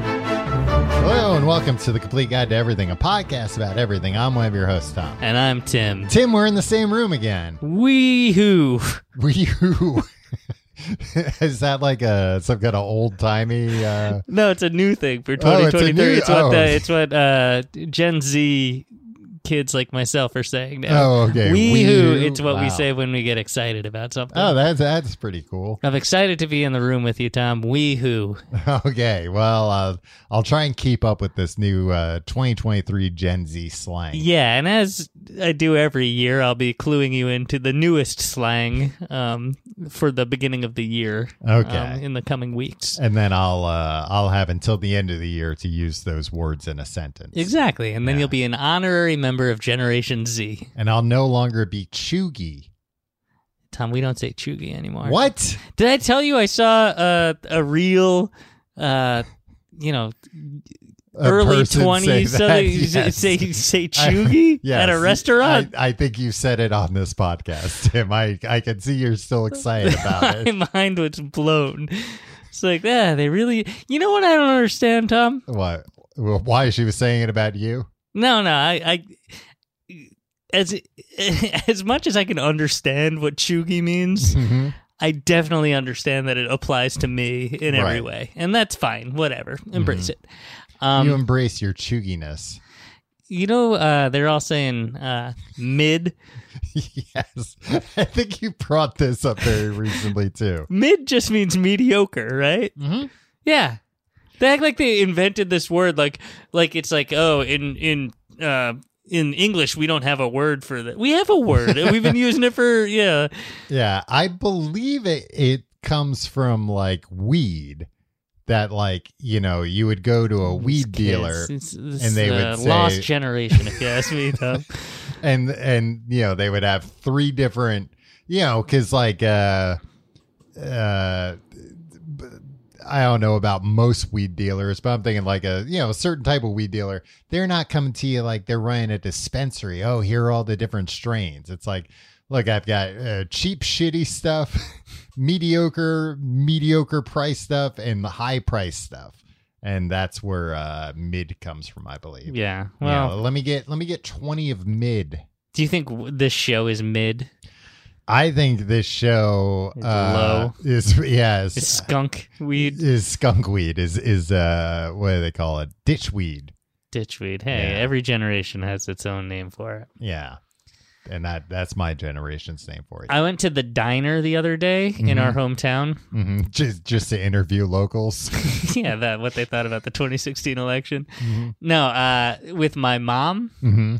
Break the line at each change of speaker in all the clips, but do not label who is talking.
Hello and welcome to the Complete Guide to Everything, a podcast about everything. I'm one of your hosts, Tom.
And I'm Tim.
Tim, we're in the same room again.
Wee hoo.
Were you? Is that like a some kind of old timey? Uh,
No, it's a new thing for
Oh, it's a
2023.
new-
it's, what
oh.
the, it's what uh, Gen Z kids like myself are saying now.
Oh, okay.
Wee hoo.
Wee-hoo.
It's what
Wow.
we say when we get excited about something.
oh, that's that's pretty cool.
I'm excited to be in the room with you, Tom. Wee hoo.
Okay, well, uh, I'll try and keep up with this new uh, 2023 Gen Z slang.
Yeah, and as I do every year, I'll be cluing you into the newest slang um, for the beginning of the year.
Okay.
um, in the coming weeks.
And then I'll uh, I'll have until the end of the year to use those words in a sentence.
Exactly. And then you'll be an honorary member of Generation Z.
And I'll no longer be chuggy.
Tom, we don't say chuggy anymore.
What?
Did I tell you I saw a a real, uh, you know,
A
early
person say
twenties uh,
that,
say
yes.
say say
I-
chuggy
yes.
at a restaurant?
I, I think you said it on this podcast, Tim. I, I can see you're still excited about it.
My mind was blown. It's like, yeah, they really. You know what I don't understand, Tom?
What? Well, Why she was saying it about you?
No, no, I. I as as much as I can understand what chuggy means,
Mm-hmm.
I definitely understand that it applies to me in every
Right. Mm-hmm.
way, and that's fine. Whatever, embrace it. Um,
you embrace your chuginess.
You know, uh, they're all saying uh, mid.
yes, I think you brought this up very recently too.
Mid just means mediocre, right?
Mhm.
Yeah, they act like they invented this word, like like it's like oh, in in uh, in English we don't have a word for that. We have a word. We've been using it for yeah.
Yeah, I believe it. It comes from like weed. That like you know you would go to a weed dealer
It's- it's-
and they would
uh,
say-
lost generation, if you ask me. Tom.
and and you know they would have three different you know because like uh uh b- i don't know about most weed dealers but i'm thinking like a you know a certain type of weed dealer they're not coming to you like they're running a dispensary oh here are all the different strains it's like look i've got uh, cheap shitty stuff mediocre mediocre price stuff and the high price stuff and that's where uh mid comes from i believe
yeah.
yeah,
Well,
let me get let me get 20 of mid.
do you think w- this show is mid?
I think this show
It's
uh,
low.
is yeah
Is
is,
skunk weed,
is skunkweed is is uh what do they call it ditchweed
ditchweed. Hey,
Yeah.
every generation has its own name for it.
yeah and that that's my generation's name for it
I went to the diner the other day in
Mm-hmm.
our hometown.
hmm just just to interview locals
yeah, that what they thought about the 2016 election.
Mhm.
No, uh, with my mom.
mm-hmm.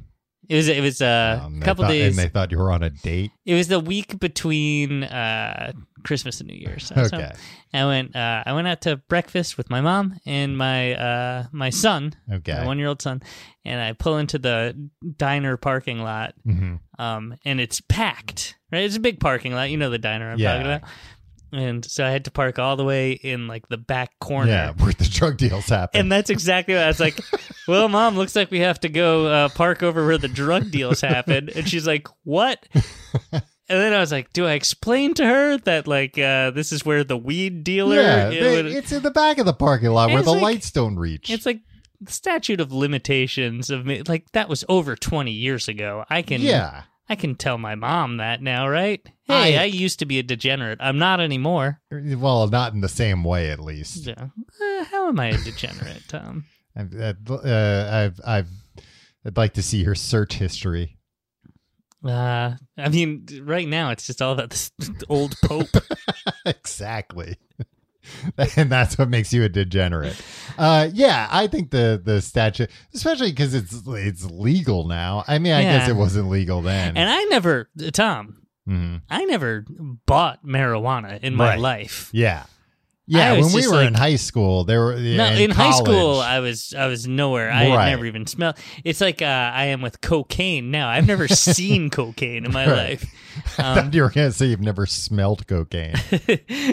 It was it was uh, a couple
thought,
days.
and Um, they thought you were on a date
It was the week between uh, Christmas and New Year's. So
okay
I went uh, I went out to breakfast with my mom and my uh, my son,
okay
my one year old son, and I pull into the diner parking lot
hmm
um, and it's packed. Right, it's a big parking lot. You know the diner I'm
Yeah.
talking about. And so I had to park all the way in like the back corner.
yeah where the drug deals happen
And that's exactly what I was like. well, mom, looks like we have to go uh, park over where the drug deals happen. And she's like, "What?" and then I was like, "Do I explain to her that like uh, this is where the weed dealer?"
yeah,
it
they-
would-
it's in the back of the parking lot where
It's
the
like-
lights don't reach.
it's like the statute of limitations of me. Like that was over twenty years ago. I can
yeah,
I can tell my mom that now, right?
I-
Hey, I, used to be a degenerate. I'm not anymore.
Well, not in the same way, at least.
So, uh, how am I a degenerate, Tom?
I've, I've, uh, I've, I've, I'd like to see your search history.
Uh, I mean, right now it's just all about this old pope.
exactly. and that's what makes you a degenerate. Uh, yeah, I think the the statute, especially because it's it's legal now. I mean, I guess
Yeah.
it wasn't legal then.
and I never, Tom,
Mhm.
I never bought marijuana in my
Right.
life.
Yeah,
I
yeah.
was
When we
just
were
like-
in high school, there were
No,
yeah,
in high school
college.
I was I was nowhere. I had
Right.
never even smelled. It's like uh, I am with cocaine now. I've never seen cocaine in my
Right.
life. Um,
I thought you were gonna say you've never smelled cocaine.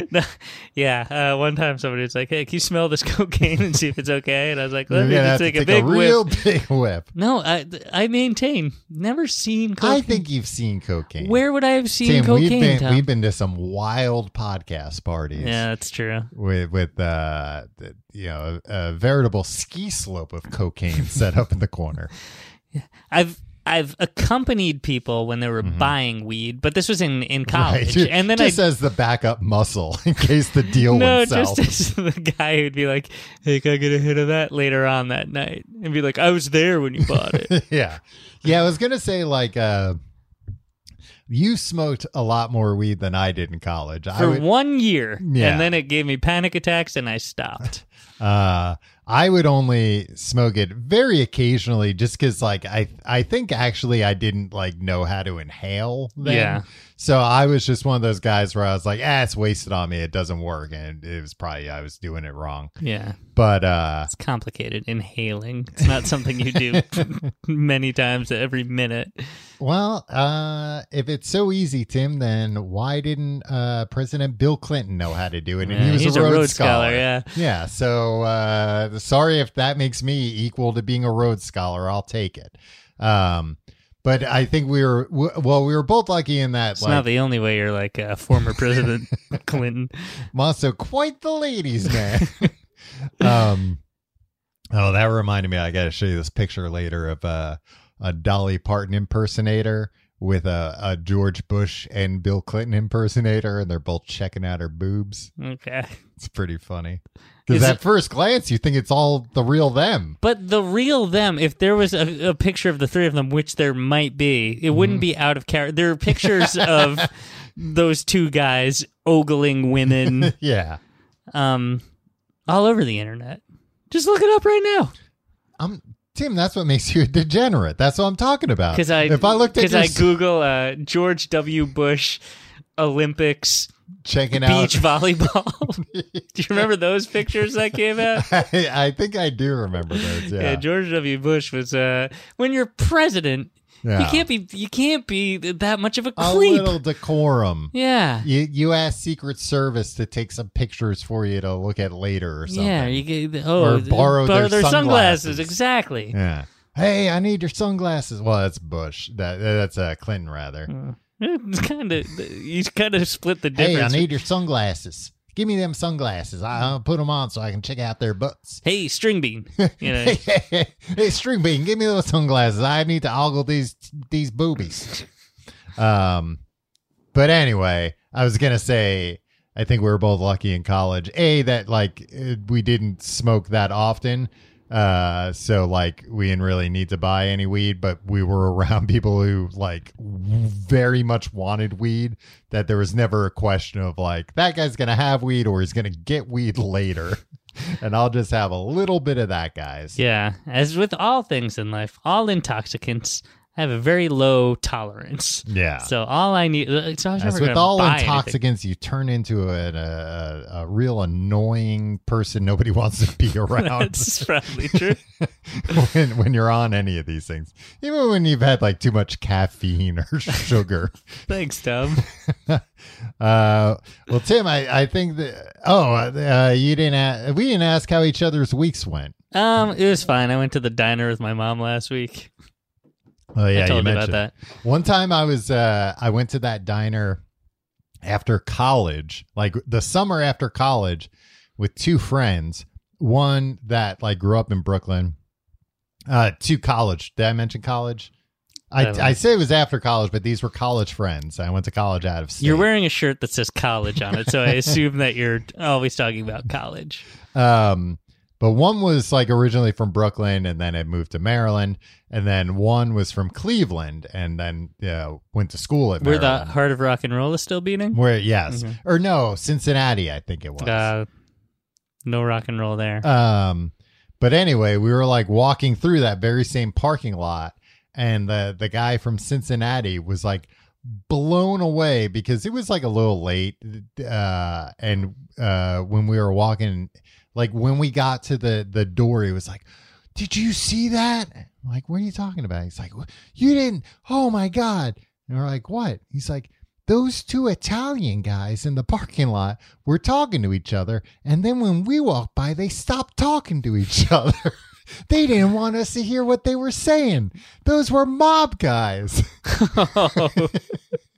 No, yeah, uh, one time somebody was like, "Hey, can you smell this cocaine and see if it's okay?" And I was like,
You're
"Let me
gonna have
just
to
take,
take
a big
a real
whiff."
big whip.
No, I I maintain never seen
I
cocaine.
think you've seen cocaine.
Where would I have seen
Tim,
cocaine?
we've been
Tom?
we've been to some wild podcast parties.
yeah, that's true.
with with uh the- you know a veritable ski slope of cocaine set up in the corner
I've I've accompanied people when they were buying weed, but this was in in college,
Mm-hmm. Right.
and then I
just as the backup muscle in case the deal
no,
went south
just as the guy who'd be like, "Hey, can I get a hit of that later on that night?" and be like, "I was there when you bought it."
yeah yeah i was gonna say like uh you smoked a lot more weed than i did in college i
For
would
one year,
Yeah.
and then it gave me panic attacks, and I stopped.
uh i would only smoke it very occasionally just because like i i think actually i didn't like know how to inhale then.
Yeah.
so i was just one of those guys where i was like ah it's wasted on me it doesn't work and it was probably i was doing it wrong
Yeah,
but uh
it's complicated. Inhaling, it's not something you do many times every minute.
well uh if it's so easy tim then why didn't uh president bill clinton know how to do it and
Yeah,
he was
he's
a
a
rhodes,
Rhodes
scholar,
Scholar, yeah.
yeah so uh sorry if that makes me equal to being a rhodes scholar i'll take it um but i think we were w- well we were both lucky in that
It's
like
not the only way you're like uh, former President Clinton.
Maso, quite the ladies man um oh that reminded me i gotta show you this picture later of uh, a dolly parton impersonator with a, a george bush and bill clinton impersonator and they're both checking out her boobs
Okay.
it's pretty funny
Is
because at
it-
first glance you think it's all the real them
But the real them, if there was a, a picture of the three of them, which there might be, it
Mhm.
wouldn't be out of character. There are pictures of those two guys ogling women
yeah
um, all over the internet. Just look it up right now.
I'm Tim. That's what makes you a degenerate. That's what I'm talking about.
Because I,
Uh, if I looked at
because
your
I
s-
Google uh, George W. Bush Olympics
checking out,
beach volleyball. Do you remember those pictures that came out?
I, I think I do remember those. Yeah,
Yeah, George W. Bush was uh, when you're president, you
Yeah.
can't be you can't be th- that much of a
a
creep.
little decorum.
Yeah.
You you asked Secret Service to take some pictures for you to look at later or something.
Yeah, you get oh
Or borrow their sunglasses.
Exactly.
Yeah. Hey, I need your sunglasses. Well, that's Bush. That that's uh, Clinton rather.
Mm, It's kind of you kind of split the
hey, I
difference.
need your sunglasses. Give me them sunglasses. I, I'll put them on so I can check out their butts.
Hey, string bean. You know,
hey, string bean, give me those sunglasses. I need to ogle these these boobies. Um, but anyway, I was gonna say, I think we were both lucky in college. A that like eh, we didn't smoke that often, uh, so like we didn't really need to buy any weed. But we were around people who like w- very much wanted weed. That there was never a question of like that guy's gonna have weed or he's gonna get weed later. And I'll just have a little bit of that, guys.
yeah. As with all things in life, all intoxicants have a very low tolerance.
Yeah.
So all I need. uh, So I was
As
never
with
gonna
all
buy anything.
intoxicants, you turn into a, a, a real annoying person nobody wants to be around
That's probably true.
when, when you're on any of these things. Even when you've had like too much caffeine or sugar.
Thanks, Tom.
Uh, well, Tim, I, I think that, oh, uh, you didn't, a we didn't ask how each other's weeks went.
Um, it was fine. I went to the diner with my mom last week.
Oh, yeah,
I told
you
about
mentioned
that.
One time I was uh I went to that diner after college, like the summer after college with two friends, one that like grew up in Brooklyn, uh to college. Did I mention college? I,
I don't know.
I say it was after college, but these were college friends. I went to college out of state.
You're wearing a shirt that says college on it, so I assume that you're always talking about college.
um But one was like originally from Brooklyn and then it moved to Maryland. And then one was from Cleveland and then uh, went to school at
Where the
Maryland.
heart of rock and roll is still beating?
Where, yes. Or no, Cincinnati, I think it was.
Uh, no rock and roll there.
Um, but anyway, we were like walking through that very same parking lot, and the the guy from Cincinnati was like blown away because it was like a little late. Uh, and uh, when we were walking, like when we got to the the door, he was like, "Did you see that?" I'm like, what are you talking about? He's like, "You didn't." Oh my god! And we're like, "What?" He's like. Those two Italian guys in the parking lot were talking to each other, and then when we walked by, they stopped talking to each other. they didn't want us to hear what they were saying. Those were mob guys.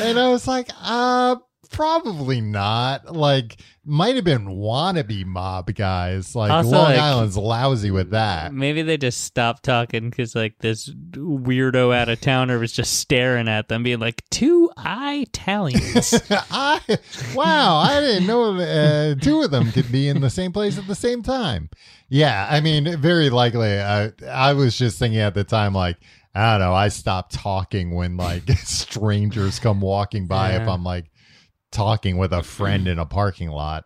and I was like, uh, probably not. Like, might have been wannabe mob guys. Like,
Also,
Long
like-
Island's lousy with that.
Maybe they just stopped talking because like this weirdo out of towner was just staring at them, being like, two Italians.
I wow, I didn't know uh, two of them could be in the same place at the same time. Yeah, I mean, very likely. I I was just thinking at the time, like I don't know. I stop talking when like strangers come walking by if
Yeah.
I'm like talking with a friend in a parking lot.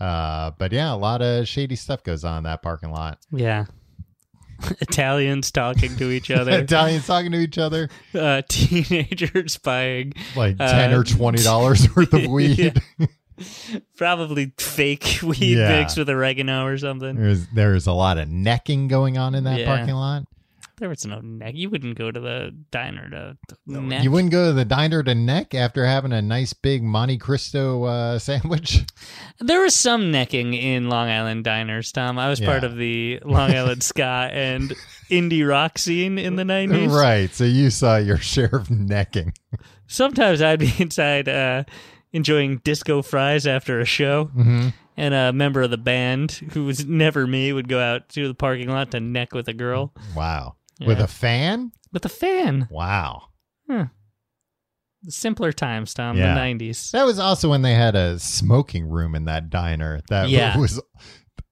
Uh, but yeah, a lot of shady stuff goes on in that parking lot.
yeah. Italians talking to each other.
Italians talking to each other,
uh, teenagers buying
like ten
Uh,
or twenty dollars worth of weed.
probably fake weed
Yeah.
mixed with oregano or something.
There's there's a lot of necking going on in that
Yeah.
parking lot.
There was no neck. You wouldn't go to the diner to neck.
You wouldn't go to the diner to neck after having a nice big Monte Cristo uh, sandwich.
There was some necking in Long Island diners, Tom. I was
Yeah.
part of the Long Island ska and indie rock scene in the 90s.
right. So you saw your share of necking.
Sometimes I'd be inside uh, enjoying disco fries after a show,
Mm-hmm.
and a member of the band, who was never me, would go out to the parking lot to neck with a girl
Wow. With
Yeah.
a fan?
with a fan.
Wow.
Simpler times, Tom,
Yeah.
the 90s.
That was also when they had a smoking room in that diner that
Yeah.
was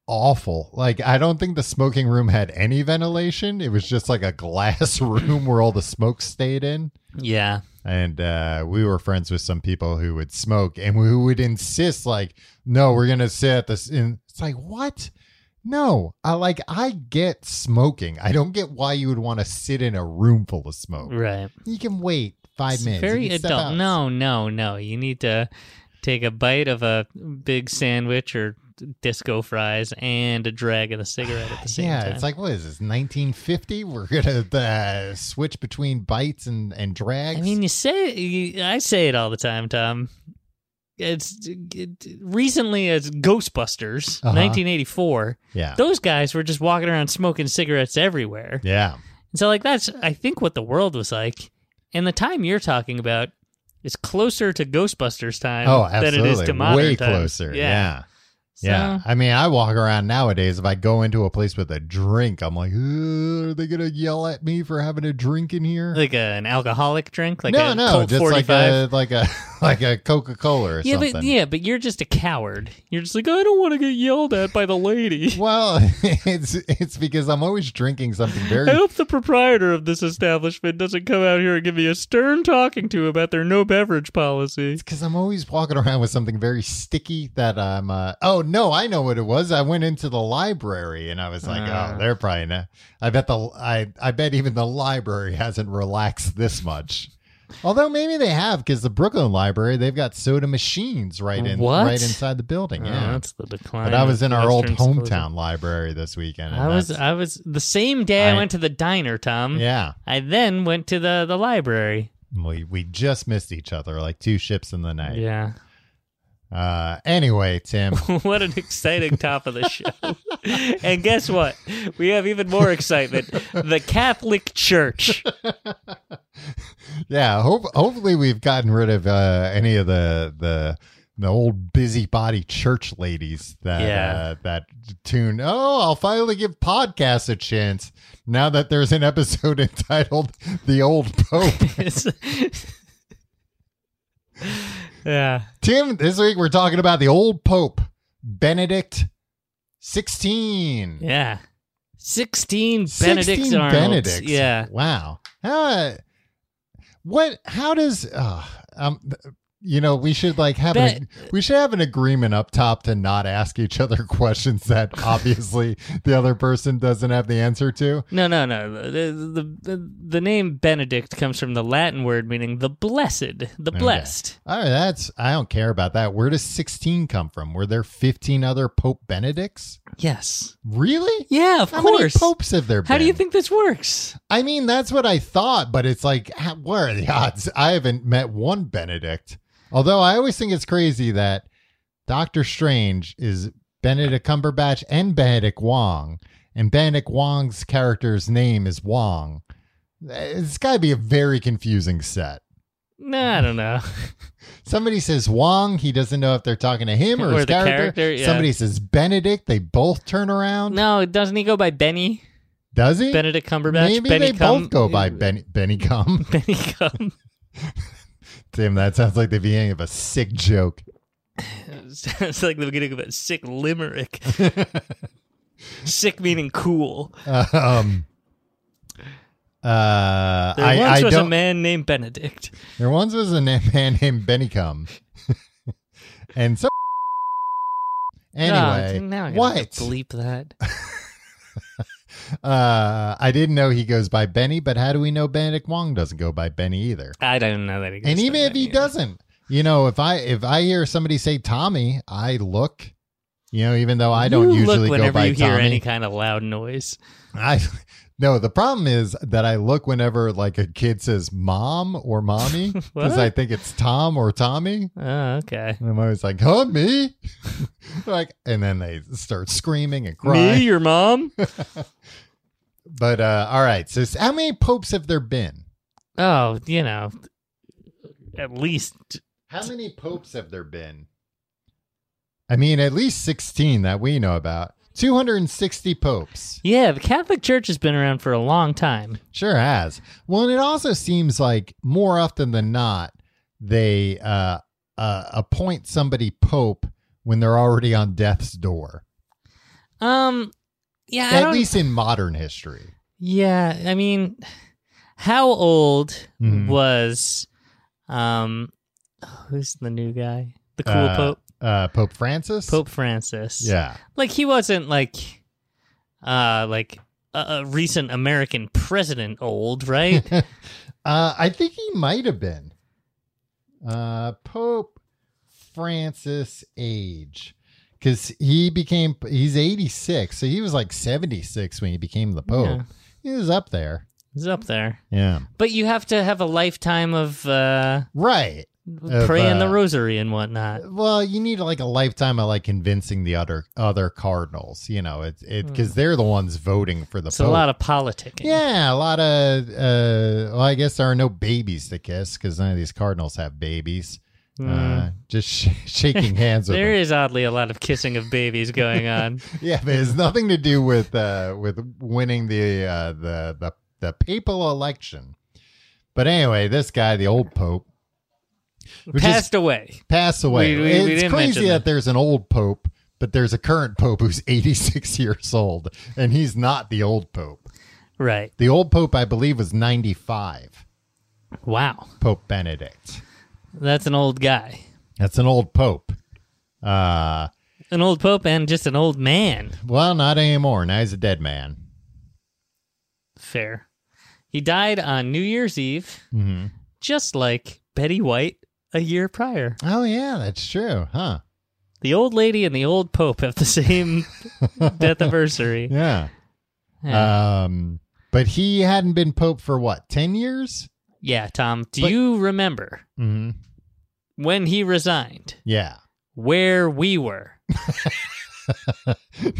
awful. Like I don't think the smoking room had any ventilation. It was just like a glass room where all the smoke stayed in.
Yeah.
and uh, we were friends with some people who would smoke and who would insist like no we're gonna sit at this and it's like what no i like i get smoking i don't get why you would want to sit in a room full of smoke
Right.
you can wait five
It's
minutes You
Very
can step
adult.
out.
No, no, no. You need to take a bite of a big sandwich or disco fries and a drag of the cigarette at the same
yeah
time.
it's like what is this 1950 we're gonna uh, switch between bites and and drags
I mean, you say you, I say it all the time, Tom. It's it, recently as Ghostbusters,
Uh-huh.
1984.
yeah
Those guys were just walking around smoking cigarettes everywhere.
yeah
And so, like, that's I think what the world was like. And the time you're talking about is closer to Ghostbusters time
oh absolutely
than it is to modern
way
times.
closer
yeah.
yeah. Yeah.
So-
I mean, I walk around nowadays. If I go into a place with a drink, I'm like, "Ugh, are they going to yell at me for having a drink in here?
like a, an alcoholic drink, like
no,
a
no,
Colt
just
45.
like a like a like a Coca Cola or
yeah,
something.
but yeah, but you're just a coward. You're just like I don't want to get yelled at by the lady.
Well, it's it's because I'm always drinking something
I
very
hope the proprietor of this establishment doesn't come out here and give me a stern talking to about their no beverage policy.
because I'm always walking around with something very sticky that I'm. Uh, oh no, I know what it was. I went into the library and I was like,
Ah.
oh, they're probably not. I bet the I I bet even the library hasn't relaxed this much. Although maybe they have because the Brooklyn Library they've got soda machines right in
What? Oh,
right inside the building. yeah,
that's the decline.
but I was in
of
our old
Western civilization.
hometown library this weekend. and
I was um,
that's-
I was the same day I,
I-
went to the diner, Tom.
yeah.
I then went to the the library.
We we just missed each other like two ships in the night.
Yeah.
Uh, anyway, Tim.
what an exciting top of the show. and guess what? We have even more excitement. The Catholic Church.
Yeah, hope, hopefully we've gotten rid of uh, any of the the the old busybody church ladies that
Yeah.
uh, that tune. Oh, I'll finally give podcasts a chance now that there's an episode entitled "The Old Pope."
yeah.
Tim, this week we're talking about the old Pope Benedict 16.
Yeah. 16 Benedict
16
Arnolds.
Benedicts.
Yeah.
Wow. How, what? How does? Uh, um, you know, we should like have an, we should have an agreement up top to not ask each other questions that obviously the other person doesn't have the answer to.
No, no, no. The, the, the, the name Benedict comes from the Latin word meaning the blessed, the blessed.
Oh, that's I don't care about that. Where does sixteen come from? Were there fifteen other Pope Benedicts?
Yes.
Really?
Yeah, of
How many
course.
popes have there been?
How do you think this works?
I mean, that's what I thought, but it's like, how- what are the odds? I haven't met one Benedict. Although I always think it's crazy that Doctor Strange is Benedict Cumberbatch and Benedict Wong, and Benedict Wong's character's name is Wong. It's got to be a very confusing set.
No, I don't know.
Somebody says Wong, he doesn't know if they're talking to him or,
Or
his
the
character.
character, yeah.
Somebody says Benedict, they both turn around.
No, doesn't he go by Benny?
Does he?
Benedict Cumberbatch?
Maybe
Benny
they
Cum-
both go by Benny, Benny Cum.
Benny Cum.
Damn, that sounds like the beginning of a sick joke.
Sounds like the beginning of a sick limerick. sick meaning cool.
Um, uh,
There
I,
once
I
was a
don't.
man named Benedict.
there once was a na- man named Benny Cum, and so.
Ah,
Anyway,
now I gotta
what?
Bleep that.
Uh, I didn't know he goes by Benny, but how do we know Benedict Wong doesn't go by Benny either?
I don't know that. He goes
And
by
even if he
Benny.
doesn't, you know, if I if I hear somebody say Tommy, I look. You know, even though I don't
you
usually
look
go
whenever
by
you hear
Tommy.
any kind of loud noise.
I no, the problem is that I look whenever like a kid says mom or mommy because
What?
I think it's Tom or Tommy.
Oh, okay.
And I'm always like, huh, me? like, and then they start screaming and
Me,
crying.
your mom?
But uh, all right, so s- how many popes have there been?
oh, you know, at least
How many popes have there been? I mean, at least 16 that we know about. 260 popes.
yeah. The Catholic Church has been around for a long time.
Sure has. Well, and it also seems like more often than not, they uh, uh, appoint somebody pope when they're already on death's door.
Um, yeah. I
At
don't-
least in modern history.
Yeah, I mean, how old
Mhm.
was um who's the new guy? The cool
Uh,
pope,
Uh, pope Francis.
Pope Francis.
Yeah.
Like he wasn't like uh like a, a recent American president old, right?
Uh, I think he might have been. Uh, pope Francis age. Because he became, he's 86. So he was like 76 when he became the pope. He was up there.
He's up there.
Yeah.
But you have to have a lifetime of uh
Right. Of,
praying the
uh,
rosary and whatnot.
Well, you need like a lifetime of like convincing the other other cardinals. You know, it's it because they're the ones voting for the
Hmm. It's
pope.
a lot of politicking.
yeah, a lot of. Uh, well, I guess there are no babies to kiss because none of these cardinals have babies. Uh, just sh- shaking hands with
Hmm. There
them.
is oddly a lot of kissing of babies going on.
Yeah, but it's nothing to do with uh, with winning the uh, the the the papal election. But anyway, this guy, the old pope, who just
Passed away.
pass away.
We- we- we
it's
didn't
crazy
mention
that
that.
there's an old pope, but there's a current pope who's 86 years old, and he's not the old pope.
Right.
The old pope, I believe, was 95,
Wow.
Pope Benedict.
That's an old guy.
That's an old pope. Uh,
An old pope and just an old man.
well, not anymore. Now he's a dead man.
Fair. He died on New Year's Eve,
Mm-hmm.
just like Betty White a year prior.
Oh yeah, that's true, huh?
The old lady and the old pope have the same death anniversary.
Yeah.
Yeah.
Um, but he hadn't been pope for what, 10 years?
Yeah, Tom, do
but-
you remember
Mm-hmm.
when he resigned,
Yeah.
where we were?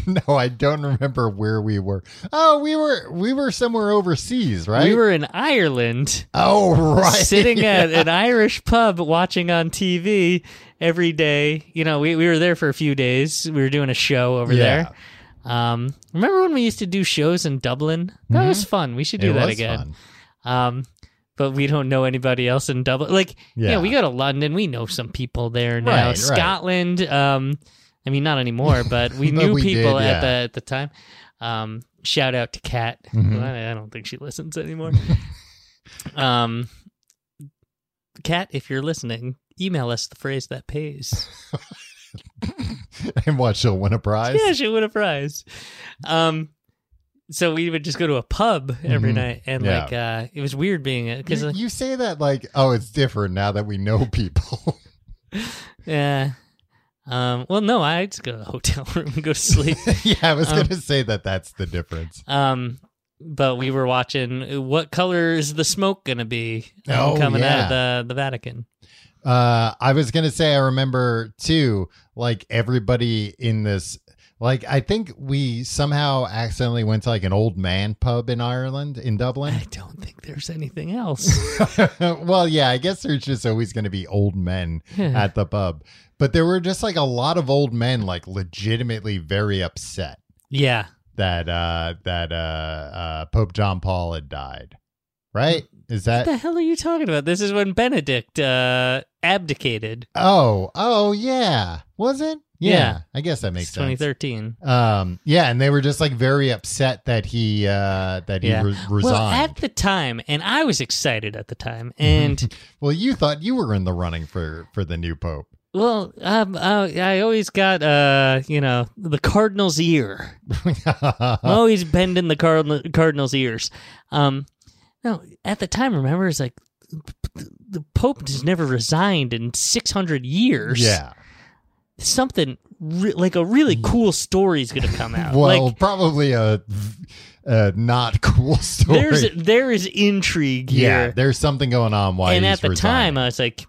no, I don't remember where we were. Oh, we were we were somewhere overseas, right?
We were in Ireland,
Oh, right.
sitting at an Irish pub watching on TV every day. You know, we, we were there for a few days. We were doing a show over there.
yeah,
Um, remember when we used to do shows in Dublin? That was fun. We should do
Mm-hmm. it
that
was
again.
fun.
Um, but we don't know anybody else in Dublin. Like, yeah,
Yeah.
we go to London. We know some people there now.
Right, right.
Scotland. Um, I mean, not anymore, but we
But
knew
we did,
people at
yeah.
the at the time. Um, shout out to Kat.
Mhm.
I, I don't think she listens anymore. um, Kat, if you're listening, email us the phrase that pays.
and what she'll win a prize.
yeah, she win a prize. Um, so we would just go to a pub every
Mhm.
night, and
Yeah.
like uh, it was weird being uh, because
You, you say that like, oh, it's different now that we know people.
yeah. Um, well, no, I just go to the hotel room and go to sleep.
yeah, I was
Um,
gonna say that that's the difference.
Um, but we were watching what color is the smoke going to be um,
Oh,
coming out
yeah.
of the, the Vatican?
Uh, I was gonna say I remember too, like everybody in this. Like I think we somehow accidentally went to like an old man pub in Ireland in Dublin.
I don't think there's anything else.
well, yeah, I guess there's just always going to be old men
Yeah.
at the pub, but there were just like a lot of old men, like legitimately very upset
yeah,
that uh that uh, uh Pope John Paul had died. Right? Is
Mm.
that
what the hell are you talking about? This is when Benedict uh, abdicated.
Oh, oh yeah. Was it? Yeah.
Yeah.
I guess that makes
It's
sense.
2013.
Um yeah, and they were just like very upset that he uh that he
Yeah.
re- resigned.
Well, at the time, and I was excited at the time,
Mm-hmm.
and
well, you thought you were in the running for for the new pope.
well, um, I, I always got uh, you know, the cardinal's ear. I'm always bending the cardinal, Cardinals' ears. Um, no, at the time, remember, it's like the Pope has never resigned in 600 years.
yeah. Mm.
Something re- like a really cool story is going to come out.
Well,
like,
probably a, a not cool story.
there's there is intrigue
yeah,
here.
there's something going on. Why?
and
he's
at the
resigning.
time, uh, I was like,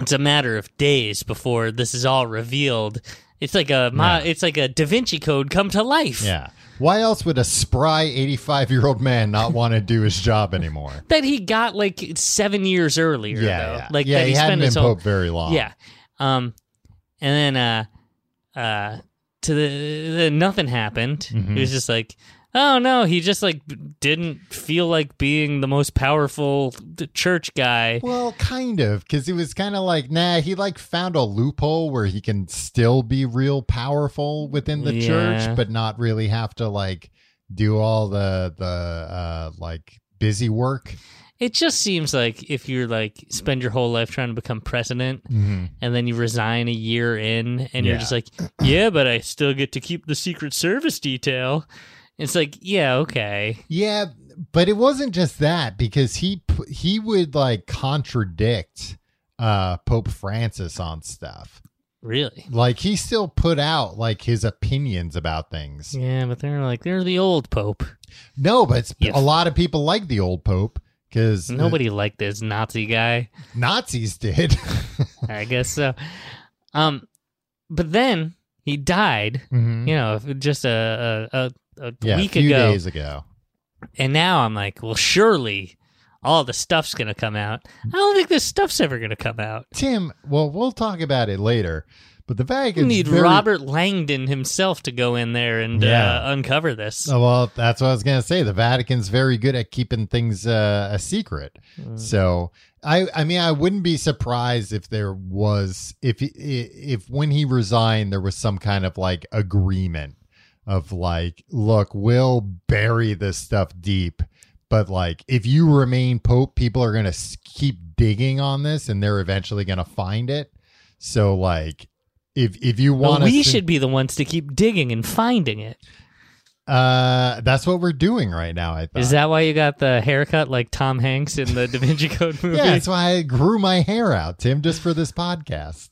it's a matter of days before this is all revealed. It's like a mo- it's like a Da Vinci Code come to life.
yeah. Why else would a spry 85 year old man not want to do his job anymore?
That he got like seven years earlier.
yeah,
though.
yeah,
like
yeah.
that
he, hadn't
spent
been
his whole
pope very long.
Yeah. Um, and then uh, uh, to the, the nothing happened.
Mm-hmm.
It was just like, oh no, he just like b- didn't feel like being the most powerful th- church guy.
Well, kind of, because it was kind of like, nah, he like found a loophole where he can still be real powerful within the
Yeah.
church, but not really have to like do all the the uh like busy work.
It just seems like if you're like spend your whole life trying to become president
Mm-hmm.
and then you resign a year in and you're
Yeah.
just like, yeah, but I still get to keep the Secret Service detail. It's like, yeah, okay.
Yeah, but it wasn't just that because he p- he would like contradict uh Pope Francis on stuff.
Really?
Like he still put out like his opinions about things.
Yeah, but they're like, they're the old Pope.
No, but it's,
Yeah.
a lot of people like the old pope cuz
Nobody liked this Nazi guy.
Nazis did.
I guess so. Um, but then he died.
Mhm.
You know, just a a, a, Mm-hmm. a
Yeah, a
week
few
ago,
days ago.
and now I'm like, well, surely all the stuff's gonna come out. I don't think this stuff's ever gonna come out.
Tim, well we'll talk about it later, but the
You
Vatican's
need
very-
Robert Langdon himself to go in there and
Yeah.
uh, uncover this.
Oh, well, that's what I was gonna say. The Vatican's very good at keeping things uh, a secret.
Mm.
So I, I mean, I wouldn't be surprised if there was if he- if when he resigned there was some kind of like agreement of like, look, we'll bury this stuff deep, but like if you remain pope, people are gonna s- keep digging on this, and they're eventually gonna find it. So like. If, if you
But
want us
we
to-
should be the ones to keep digging and finding it.
uh that's what we're doing right now I thought
Is that why you got the haircut like Tom Hanks in the Da Vinci Code movie?
Yeah, that's why I grew my hair out, Tim, just for this podcast.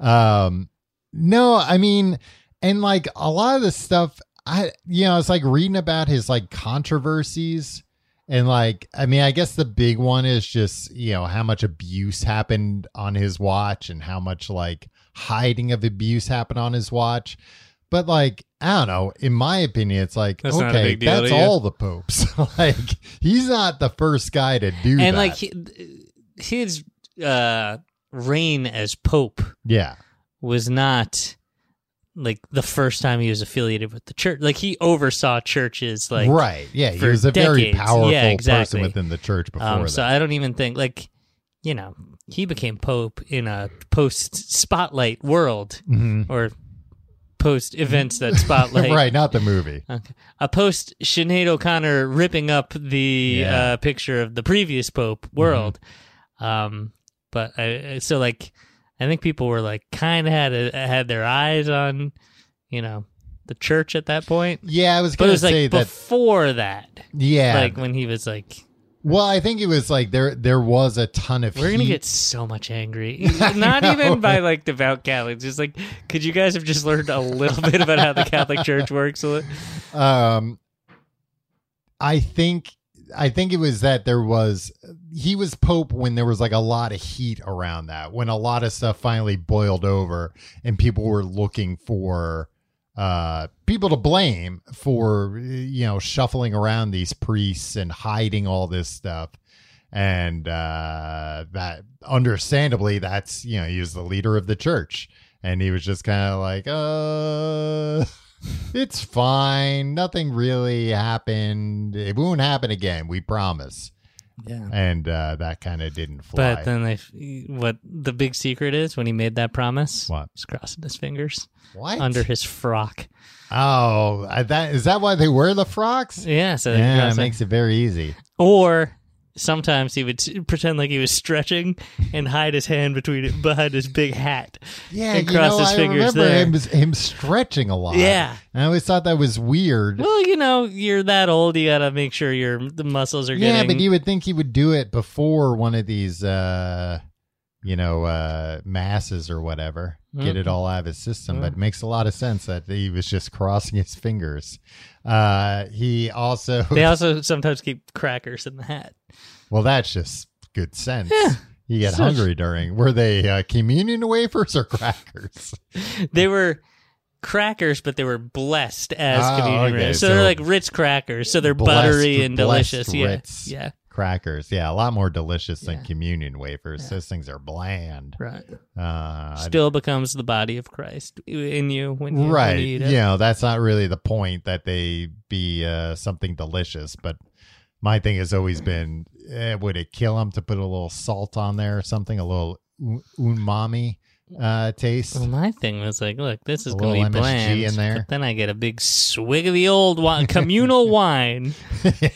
Um, no, I mean, and like a lot of this stuff, I you know, it's like reading about his like controversies, and like, I mean, I guess the big one is just you know how much abuse happened on his watch and how much like hiding of abuse happened on his watch. But like, I don't know. In my opinion, it's like
That's
okay,
not a big deal
that's
to you.
all the popes. like, he's not the first guy to do that.
and like hi- his uh reign as pope
yeah.
was not like the first time he was affiliated with the church like he oversaw churches like
right yeah he
for
was a very
decades.
powerful
Yeah,
person
exactly.
within the church before
um
that
so i don't even think like you know he became pope in a post spotlight world
Mhm.
or post events that spotlight.
right, not the movie.
Okay. I post Sinead O'Connor ripping up the
Yeah. Mm-hmm.
uh, picture of the previous Pope world. Um, but I, I- so like, I think people were like kind of had a, had their eyes on, you know, the church at that point.
Yeah, I was
But it
gonna
was
say
like
that.
before that,
Yeah,
like when he was like,
well, I think it was like there there was a ton of.
"We're gonna
heat.
get so much angry."
I
Not
know,
even by like devout Catholics. Just like, could you guys have just learned a little bit about how the Catholic Church works? A li-
um i think i think it was that there was he was pope when there was like a lot of heat around that when a lot of stuff finally boiled over and people were looking for uh people to blame for you know shuffling around these priests and hiding all this stuff and uh that understandably that's you know he was the leader of the church and he was just kind of like uh it's fine nothing really happened it won't happen again we promise
Yeah.
and uh that kind of didn't fly
But then they, what the big secret is when he made that promise?
What?
He's crossing his fingers
what
under his frock.
oh I- that is that why they wear the frocks
Yeah, so they
yeah
cross
it
it.
makes it very easy
or sometimes he would s- pretend like he was stretching and hide his hand between it behind his big hat.
yeah
and
you
cross
know
his
i
fingers
remember
there.
him, him stretching a lot
Yeah.
and i always thought that was weird
Well, you know, you're that old. You gotta make sure your the muscles are
Yeah,
getting.
but you would think he would do it before one of these, uh, you know, uh, masses or whatever. Get
Mm-hmm.
it all out of his system. But it makes a lot of sense that he was just crossing his fingers. Uh, he also,
they also sometimes keep crackers in the hat.
well, that's just good sense.
Yeah.
You get
Such-
hungry during. Were they uh, communion wafers or crackers?
They were crackers, but they were blessed as
Oh,
communion.
okay,
Ritz. So,
so
they're like Ritz crackers. So they're
Blessed-
buttery and
blessed
delicious.
Ritz
Yeah, yeah,
Crackers, yeah, a lot more delicious than
Yeah.
communion wafers. Those things are bland.
right.
Uh, I
still becomes the body of Christ in you when you,
right
when you eat it.
you know that's not really the point that they be uh, something delicious but my thing has always been eh, would it kill them to put a little salt on there or something a little u- umami uh taste
Well, my thing was like, look, this is
A
going to
little
be
MSG
bland.
in there.
But then I get a big swig of the old wine, communal wine.
yeah.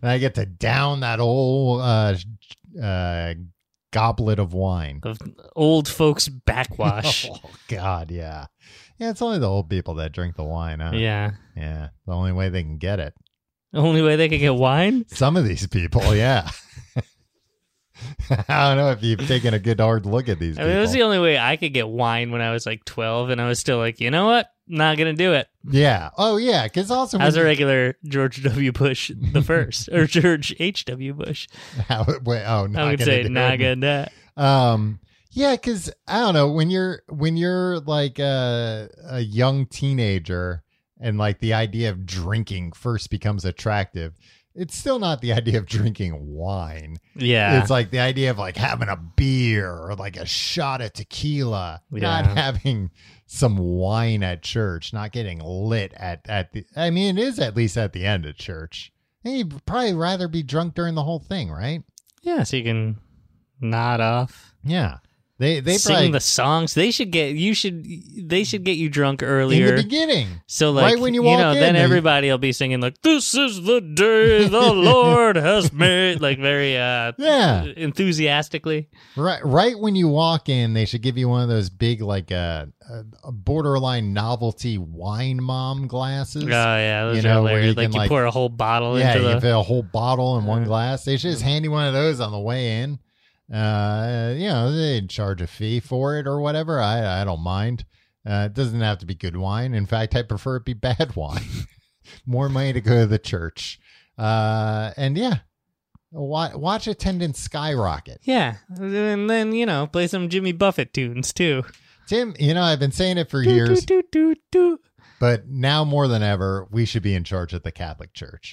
and i get to down that whole uh sh- uh goblet of wine
Of old folks' backwash.
oh god yeah yeah it's only the old people that drink the wine huh
Yeah.
yeah the only way they can get it
Only way they could get wine?
Some of these people, yeah. I don't know if you've taken a good hard look at these
I
people.
mean, it was the only way I could get wine when I was like 12, and I was still like, you know what? Not going to do it.
yeah. Oh, yeah. Because also,
As a
when-
regular George W. Bush the first, or George H.W. Bush,
how, wait, oh, not
I would
gonna
say,
do it.
not going to.
Um, yeah, because I don't know when you're when you're like a a young teenager and like the idea of drinking first becomes attractive. It's still not the idea of drinking wine.
Yeah.
It's like the idea of like having a beer or like a shot of tequila, not
Yeah.
having some wine at church, not getting lit at at the. I mean, it is at least at the end of church. And you'd probably rather be drunk during the whole thing, right?
Yeah, so you can nod off.
Yeah, they they
sing
probably
the songs. They should get you should they should get you drunk
in the
earlier.
beginning.
so like
right when you
you
walk
know,
in,
then
they-
everybody will be singing like "This is the day the Lord has made," like very uh
Yeah.
enthusiastically.
Right, right when you walk in, they should give you one of those big, like uh, a a borderline novelty wine mom glasses.
Oh yeah, those
you
are
know, where you
hilarious. like
can,
you
like-
pour a whole bottle
yeah,
into
you
the.
fit a whole bottle in one glass. They should just hand you one of those on the way in. Uh, you know, they charge a fee for it or whatever. I I don't mind. Uh, it doesn't have to be good wine. In fact, I prefer it be bad wine. More money to go to the church. Uh, and yeah, watch, watch attendance skyrocket.
Yeah, and then you know, play some Jimmy Buffett tunes too.
Tim, you know, I've been saying it for years,
Do, do, do, do.
but now more than ever, we should be in charge of the Catholic Church.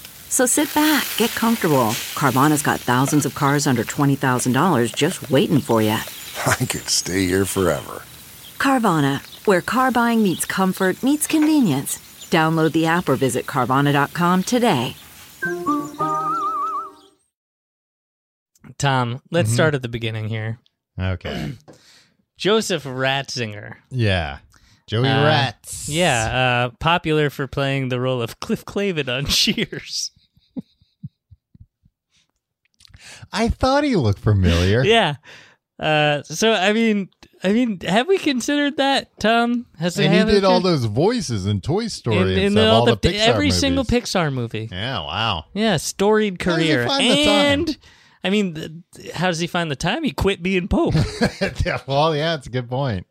So sit back, get comfortable. Carvana's got thousands of cars under $20,000 just waiting for you.
I could stay here forever.
Carvana, where car buying meets comfort, meets convenience. Download the app or visit Carvana.com today.
Tom, let's
Mm-hmm.
start at the beginning here.
Okay.
Joseph Ratzinger.
Yeah. Joey
Uh,
Rats.
Yeah, uh, popular for playing the role of Cliff Clavin on Cheers.
I thought he looked familiar.
yeah. Uh, so I mean, I mean, have we considered that, Tom? Has it
And he
happened
did all
to-
those voices in Toy Story
in-
and,
in
stuff, all the, Pixar
every
movies.
single Pixar movie?
Yeah, wow.
Yeah, storied
How does he
career.
find the time?
and I mean, th- th- how does he find the time? He quit being Pope.
Yeah, well, yeah, it's a good point.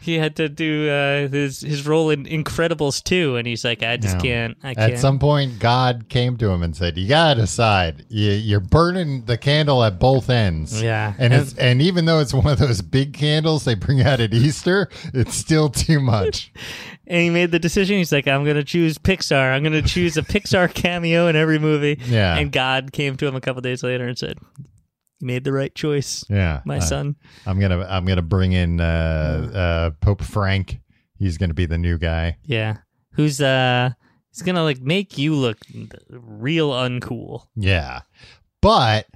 he had to do uh, his his role in Incredibles 2 and he's like, I just
Yeah.
can't. I can't.
At some point, God came to him and said, "You gotta decide. You, you're burning the candle at both ends."
Yeah.
and it's, and even though it's one of those big candles they bring out at Easter, it's still too much.
and he made the decision. He's like, I'm going to choose Pixar. I'm going to choose a Pixar cameo in every movie.
Yeah.
And God came to him a couple days later and said, You made the right choice,
Yeah,
my
uh,
son.
I'm gonna I'm gonna bring in uh, uh, Pope Frank. He's gonna be the new guy.
Yeah. Who's, uh, he's going to like make you look real uncool.
Yeah, but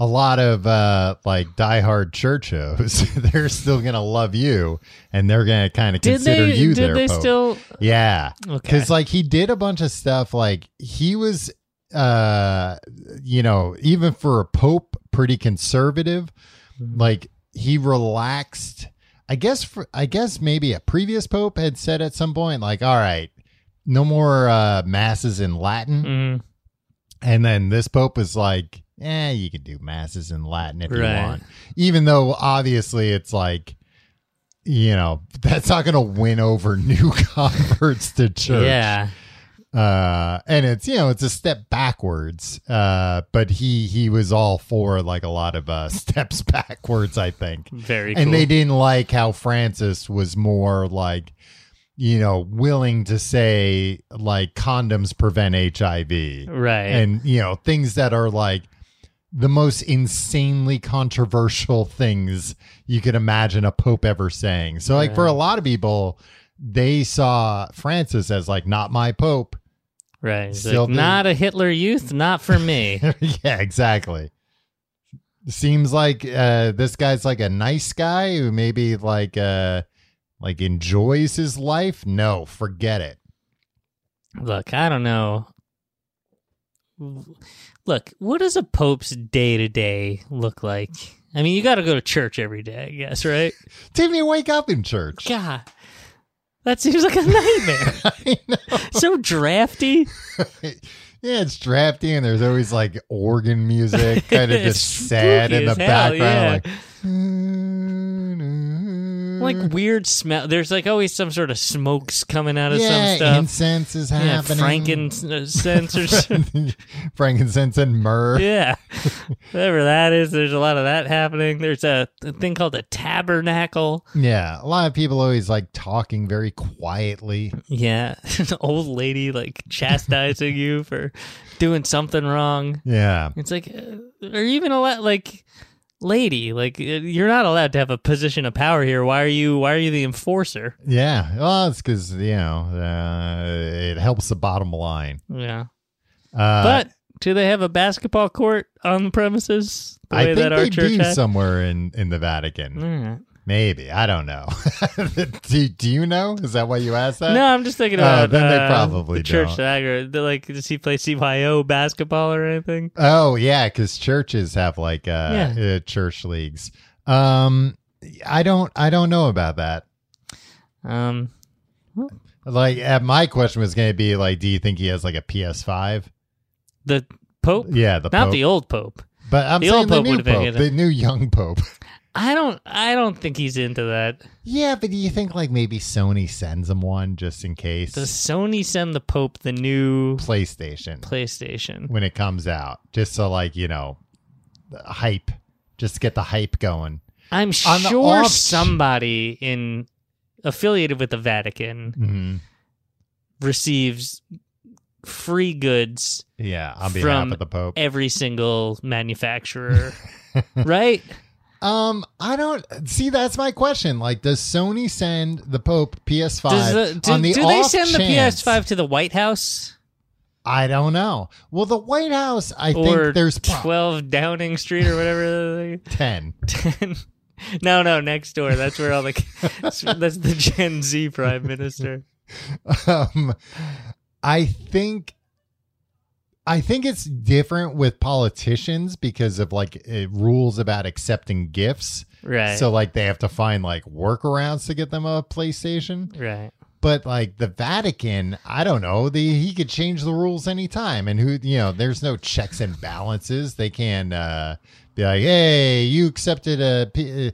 a lot of uh, like diehard churchos, they're still gonna love you, and they're gonna kind of
Did
consider
they,
you
did
their
they
pope.
still,
Yeah.
Okay.
Cuz like he did a bunch of stuff like he was uh you know, even for a pope pretty conservative.
Mm-hmm.
Like he relaxed. I guess for, I guess maybe a previous pope had said at some point like all right, no more uh masses in Latin.
Mm,
And then this pope was like, "Eh, you can do masses in Latin if
Right.
you want." Even though obviously it's like you know, that's not going to win over new converts to church
yeah.
uh and it's you know it's a step backwards uh but he he was all for like a lot of uh steps backwards i think
Very
and
cool.
they didn't like how francis was more like you know willing to say like condoms prevent hiv
Right.
and you know things that are like the most insanely controversial things you could imagine a pope ever saying. So like for a lot of people, they saw Francis as like not my pope.
right. He's
still
like,
did.
not a Hitler youth, not for me.
yeah, exactly. Seems like uh this guy's like a nice guy who maybe like uh like enjoys his life. No, forget it.
Look, I don't know. Look, what does a pope's day to day look like? I mean, you got to go to church every day, I guess, right?
Didn't he wake up in church?
God, That seems like a nightmare. So drafty.
Yeah, it's drafty, and there's always like organ music, kind of
It's
just sad in
spooky
the
as hell,
background. Like,
Like weird smell. There's like always some sort of smokes coming out of
yeah,
some stuff.
incense is
yeah,
happening.
frankincense or some-
frankincense and myrrh.
yeah, whatever that is. There's a lot of that happening. There's a, a thing called a tabernacle.
Yeah, a lot of people always like talking very quietly.
Yeah, an old lady like chastising you for doing something wrong.
Yeah,
It's like, uh, are you even allowed? Like, lady, like uh, you're not allowed to have a position of power here. Why are you? Why are you the enforcer?
yeah. Well, it's because you know uh, it helps the bottom line.
Yeah,
Uh,
but do they have a basketball court on the premises? The
I
way
think
that our
they
church Mm-hmm.
do
had?
somewhere in in the Vatican.
Alright.
Maybe I don't know. do, do you know? Is that why you asked that?
No, I'm just thinking
Oh,
about
then they
uh,
probably
the church
don't.
that I grew. they like, does he play CYO basketball or anything?
Oh yeah, because churches have like uh,
Yeah.
uh, church leagues. Um, I don't I don't know about that.
Um,
Like, uh, my question was going to be like, do you think he has like a PS5?
the Pope,
Yeah, the
not
Pope.
the old Pope.
but I'm
the
saying
old
the
Pope
new
would've been
Pope,
good.
the new young Pope.
I don't, I don't think he's into that.
yeah, but do you think like maybe Sony sends him one just in case
Does Sony send the Pope the new
PlayStation
PlayStation?
when it comes out, just so like you know, the hype, just to get the hype going.
I'm
On the
sure
off-
somebody in affiliated with the Vatican
hmm
receives free goods
Yeah, on behalf
from
of the Pope.
every single manufacturer, right?
Um, I don't see. That's my question. Like, does Sony send the Pope PS5
Does the- do
on the
do they
off
send the
chance-
PS5 to the White House
I don't know. Well, the White House, I
or
think there's pro-
12 Downing Street or whatever?
ten.
no, no, next door. That's where all the that's the Gen Z prime minister.
Um, I think. I think it's different with politicians because of like uh, rules about accepting gifts.
Right.
So like they have to find like workarounds to get them a PlayStation.
right.
But like the Vatican, I don't know. The he could change the rules anytime, and who you know, there's no checks and balances. They can uh, be like, hey, you accepted a P- uh,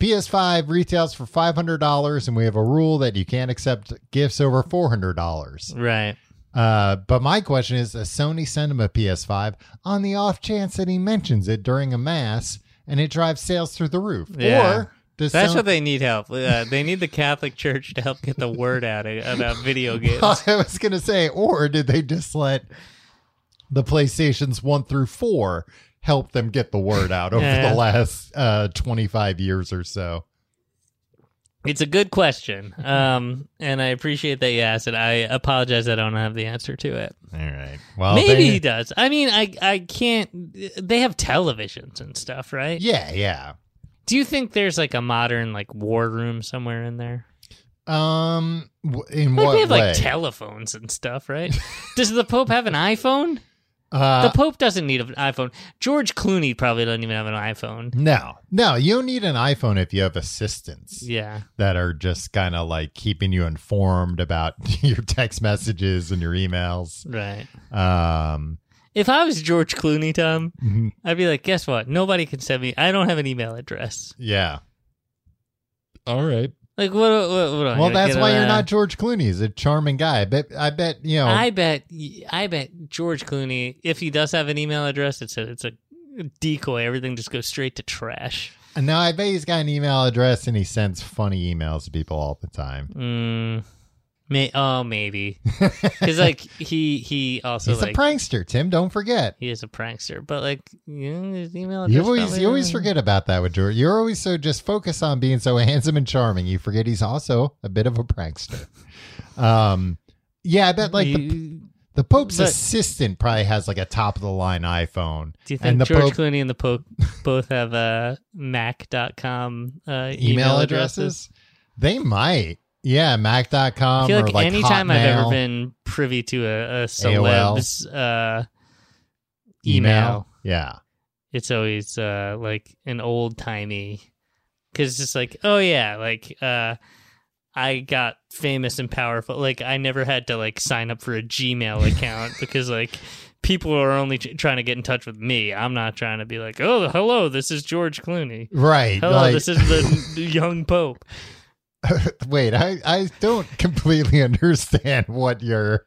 PS5 retails for five hundred dollars, and we have a rule that you can't accept gifts over four hundred dollars.
Right.
Uh, but my question is, does Sony send him a PS5 on the off chance that he mentions it during a mass and it drives sales through the roof,
Yeah.
or does
That's
Sony-
what they need help. Uh, they need the Catholic Church to help get the word out a- about video games.
I was gonna say, or did they just let the PlayStations one through four help them get the word out over
Yeah.
the last uh, twenty five years or so?
It's a good question, um, and I appreciate that you asked it. I apologize, I don't have the answer to it.
All right. Well,
Maybe
they-
he does. I mean, I I can't. They have televisions and stuff, right?
yeah, yeah.
Do you think there's like a modern like war room somewhere in there?
Um, w- in
Like
what
they have
way?
like telephones and stuff, right? Does the Pope have an iPhone?
uh,
the Pope doesn't need an iPhone. George Clooney probably doesn't even have an iPhone.
no, no. You don't need an iPhone if you have assistants
Yeah.
that are just kind of like keeping you informed about your text messages and your emails.
Right.
Um,
If I was George Clooney, Tom,
Mm-hmm.
I'd be like, guess what? Nobody can send me. I don't have an email address.
yeah. All right.
Like, what? what, what am I
Well,
gonna
that's
get
why
on
you're
a-
not George Clooney. He's a charming guy. I bet. I bet you know.
I bet. I bet George Clooney, if he does have an email address, it's a it's a decoy. Everything just goes straight to trash.
and now I bet he's got an email address and he sends funny emails to people all the time.
Mm, may, oh, maybe because like he he also
he's
like
a prankster, Tim. Don't forget.
he is a prankster, but like you know, his email address.
You always
probably
you always
doesn't-
forget about that with George. You're always so just focused on being so handsome and charming. You forget he's also a bit of a prankster. um, yeah, I bet like the,
You-
the Pope's
but-
assistant probably has like a top of the line iPhone.
do you
and
think
the
George
Pope
Clooney and the Pope both have uh, Mac.com uh, email,
email, addresses? They might. Yeah, Mac.com
I feel
or
like,
like
any time I've
Hotmail.
ever been privy to a, a celeb's uh, email,
Yeah.
it's always uh, like an old timey because it's just like oh yeah like uh, I got famous and powerful. Like I never had to like sign up for a Gmail account because like people are only tr- trying to get in touch with me. I'm not trying to be like, "Oh, hello, this is George Clooney."
Right.
Hello,
like,
this is the n- young pope.
wait, I, I don't completely understand what your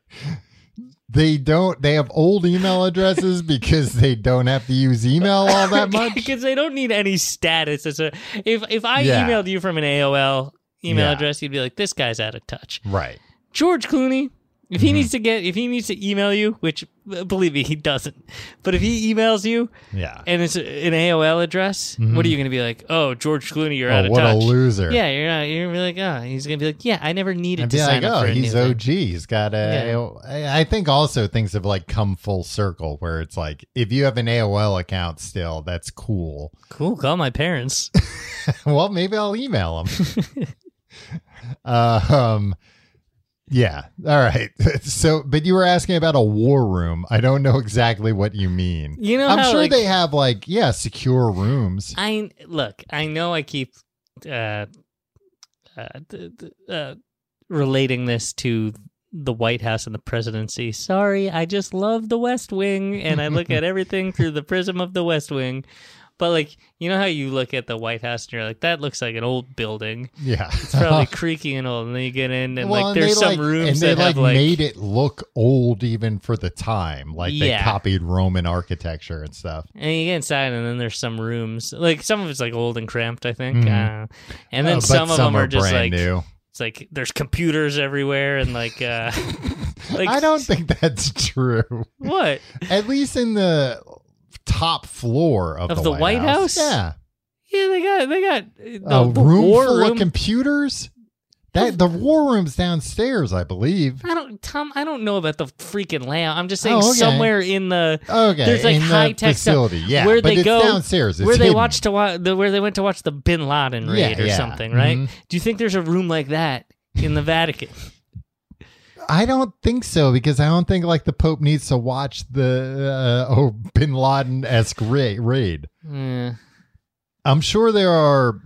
they don't they have old email addresses because they don't have to use email all that much.
because they don't need any status. As a, if if I
Yeah.
emailed you from an AOL email
Yeah.
address, you'd be like, "This guy's out of touch."
Right.
George Clooney, if
Mm-hmm.
he needs to get, if he needs to email you, which uh, believe me, he doesn't, but if he emails you
Yeah. Mm-hmm.
and it's a- an AOL address, what are you going to be like? Oh, George Clooney, you're
Oh,
out of
what
touch.
a loser.
Yeah, you're not. You're gonna be like, oh, he's gonna be like, yeah, I never needed
And
to
be
sign
like,
up
oh,
for a
he's
new thing."
OG. He's got a. I I think also things have like come full circle where it's like if you have an AOL account still, that's cool.
Cool, call my parents.
well, maybe I'll email him. uh, um, yeah. All right. So, but you were asking about a war room. I don't know exactly what you mean.
You know
I'm
how,
sure
like-
they have like yeah, secure rooms.
I look. I know I keep uh, uh, th- th- uh, relating this to the White House and the presidency. Sorry, I just love The West Wing, and I look at everything through the prism of The West Wing. But like, you know how you look at the White House and you're like, that looks like an old building.
Yeah.
It's probably creaky and old. And then you get in, and
Well,
like, there's
they,
some
like-
rooms
and they
that
like
have like
made it look old even for the time. Like
Yeah.
they copied Roman architecture and stuff.
And you get inside, and then there's some rooms. Like some of it's like old and cramped, I think.
Mhm.
Uh, and
Uh,
then
but
some of them are, just
brand
like
new.
it's like there's computers everywhere, and like uh, like
I don't think that's true.
what
At least in the top floor of,
Of the White House?
Yeah.
yeah they got they got uh, the,
a
the
room
war
full
room.
of computers. That the war room's downstairs, I believe.
I don't Tom I don't know about the freaking layout. I'm just saying
Oh, okay.
somewhere in the
Okay,
there's like
in the
high tech
facility, yeah,
where
but
they
it's
go
downstairs, it's
where they
hidden.
watch to watch the, where they went to watch the Bin Laden
Yeah,
raid or
yeah.
something, right?
Mhm.
Do you think there's a room like that in the Vatican?
I don't think so because I don't think like the Pope needs to watch the uh, oh Bin Laden esque ra- raid. Mm.
Yeah.
I'm sure there are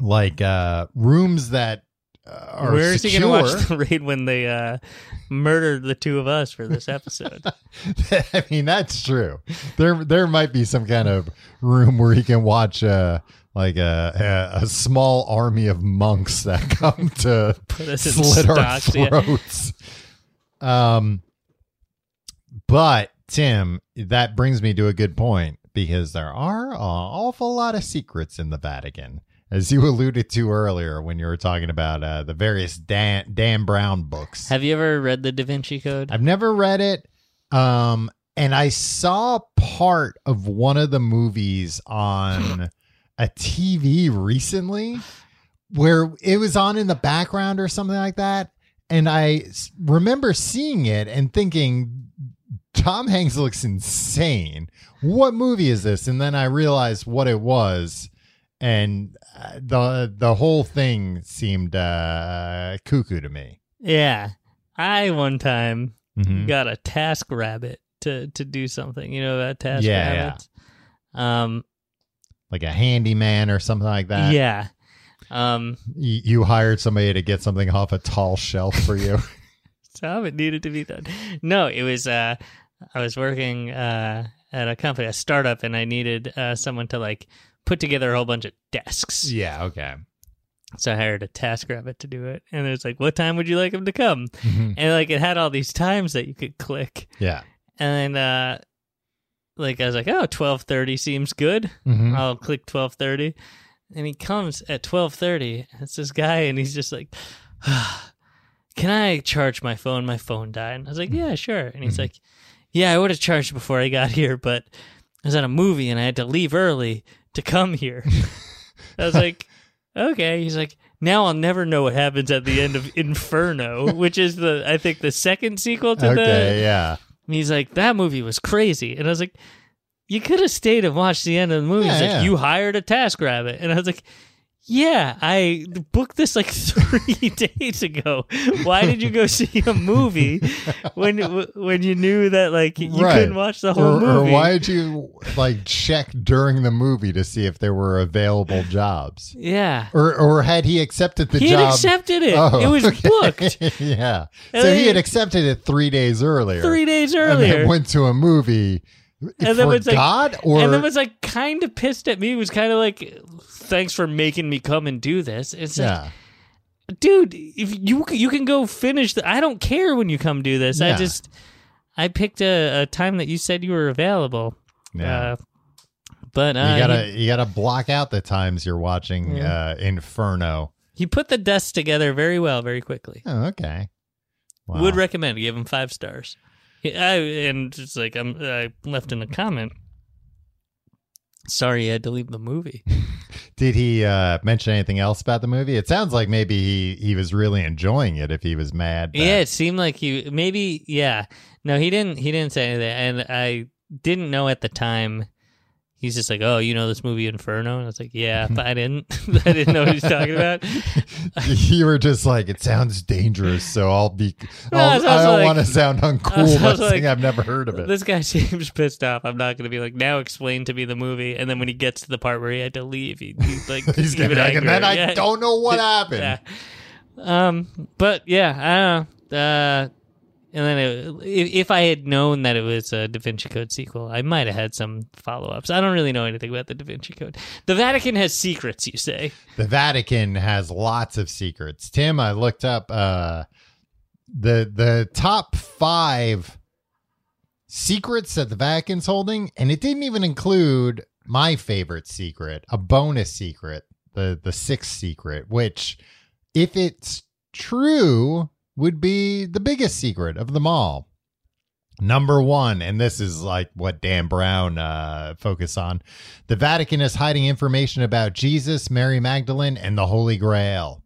like uh rooms that uh, are
Where is he
secure.
going to watch the raid when they uh, murdered the two of us for this episode?
I mean, that's true. There, there might be some kind of room where he can watch, uh, like a, a a small army of monks that come to
us in
slit our
stocks, yeah.
throats. Um, but Tim, that brings me to a good point because there are an awful lot of secrets in the Vatican. As you alluded to earlier when you were talking about uh, the various Dan, Dan Brown books.
Have you ever read the Da Vinci Code?
I've never read it. Um, and I saw part of one of the movies on a TV recently where it was on in the background or something like that. And I s- remember seeing it and thinking, Tom Hanks looks insane. What movie is this? And then I realized what it was. And uh, the the whole thing seemed uh, cuckoo to me.
Yeah. I one time
Mhm.
got a task rabbit to, to do something. You know about task
Yeah, yeah.
rabbits? Yeah. Um,
Like a handyman or something like that.
yeah. Um,
you, you hired somebody to get something off a tall shelf for you.
so how it needed to be done. No, it was, uh, I was working uh, at a company, a startup, and I needed uh, someone to like put together a whole bunch of desks.
yeah, okay.
So I hired a TaskRabbit to do it. And it was like, what time would you like him to come?
Mm-hmm.
And like it had all these times that you could click.
Yeah.
And uh like I was like, oh, 1230 seems good.
Mhm.
I'll click 1230. And he comes at 1230. It's this guy and he's just like, can I charge my phone? My phone died. And I was like, yeah, sure. And he's like, yeah, I would have charged before I got here, but I was at a movie and I had to leave early to come here. I was like, okay. He's like, now I'll never know what happens at the end of Inferno, which is the I think the second sequel to the.
Okay, yeah.
And he's like, that movie was crazy, and I was like, you could have stayed and watched the end of the movie. he's
Yeah,
like,
yeah.
you hired a task rabbit, and I was like, Yeah, I booked this like three days ago. Why did you go see a movie when when you knew that like you
Right.
couldn't watch the whole
or,
movie?
Or why did you like check during the movie to see if there were available jobs?
Yeah,
Or or had he accepted the
he
job?
had accepted it.
Oh,
it was
okay.
booked
yeah. So
And then-
he had accepted it three days earlier.
three days
And
earlier.
then went to a movie
And then
for
was like-
God or
and then was like kind of pissed at me. He was kind of like, "Thanks for making me come and do this." It's like,
yeah.
dude, if you you can go finish. The, I don't care when you come do this. I
Yeah.
just I picked a, a time that you said you were available.
Yeah.
Uh, but uh,
you gotta
he,
you gotta block out the times you're watching uh, Inferno.
he put the desk together very well, very quickly.
Oh, okay. Wow.
Would recommend. Give him five stars. He- I, and it's like I'm, I left in a comment. Sorry, I had to leave the movie.
Did he uh, mention anything else about the movie? It sounds like maybe he, he was really enjoying it. If he was mad, that-
Yeah, it seemed like he maybe yeah. No, he didn't. He didn't say anything, and I didn't know at the time. He's just like, oh, you know this movie Inferno, and I was like, yeah, but I didn't. I didn't know what he's talking about.
you were just like, it sounds dangerous, so I'll be.
Well, I
I'll,
was
I
also
don't
like-
want to sound
I was
uncool by
also like,
saying I've never heard of it.
This guy seems pissed off. I'm not going to be like, now explain to me the movie. And then when he gets to the part where he had to leave, he, he's like,
He's gonna
even
be like, and then
angrier.
I
Yeah.
don't know what happened.
Yeah. Um, but yeah, I don't know. Uh, and then it, if, if I had known that it was a Da Vinci Code sequel, I might have had some follow ups. I don't really know anything about the Da Vinci Code. The Vatican has secrets, you say?
The Vatican has lots of secrets. Tim, I looked up uh, the the top five secrets that the Vatican's holding, and it didn't even include my favorite secret, a bonus secret, the the sixth secret, which, if it's true, would be the biggest secret of them all. Number one, and this is like what Dan Brown uh, focused on. The Vatican is hiding information about Jesus, Mary Magdalene, and the Holy Grail.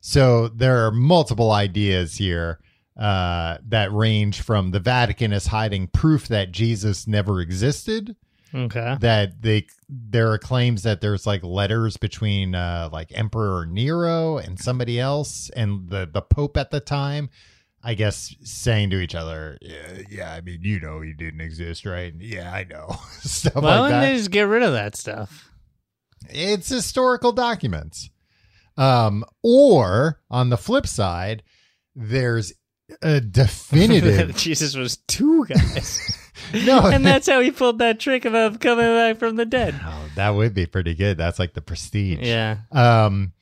So there are multiple ideas here uh, that range from the Vatican is hiding proof that Jesus never existed.
Okay.
That they there are claims that there's like letters between uh, like Emperor Nero and somebody else and the the Pope at the time. I guess saying to each other, yeah, yeah, I mean, you know, he didn't exist, right? Yeah, I know. Stuff
well,
like
then
that
they just get rid of that stuff.
it's historical documents. Um, or on the flip side, there's a definitive
Jesus was two guys.
no,
and that's how he pulled that trick about coming back from the dead.
Oh, that would be pretty good. That's like the prestige.
Yeah.
um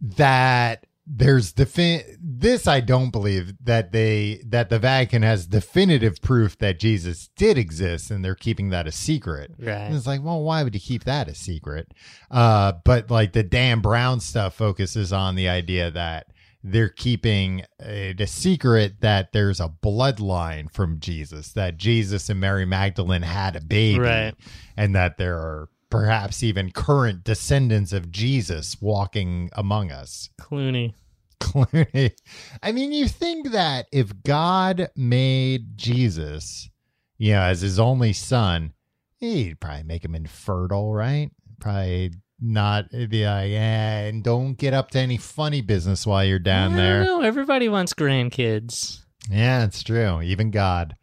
that there's defin this i don't believe that they that the vatican has definitive proof that jesus did exist and they're keeping that a secret
Right.
and it's like well why would you keep that a secret uh but like the dan brown stuff focuses on the idea that they're keeping it a secret that there's a bloodline from jesus that jesus and mary magdalene had a baby
Right.
and that there are perhaps even current descendants of Jesus walking among us.
Clooney.
Clooney. I mean, you think that if God made Jesus, you know, as his only son, he'd probably make him infertile, right? Probably not it'd be like, yeah, and don't get up to any funny business while you're down
I
there.
don't know. Everybody wants grandkids.
Yeah, it's true. Even God.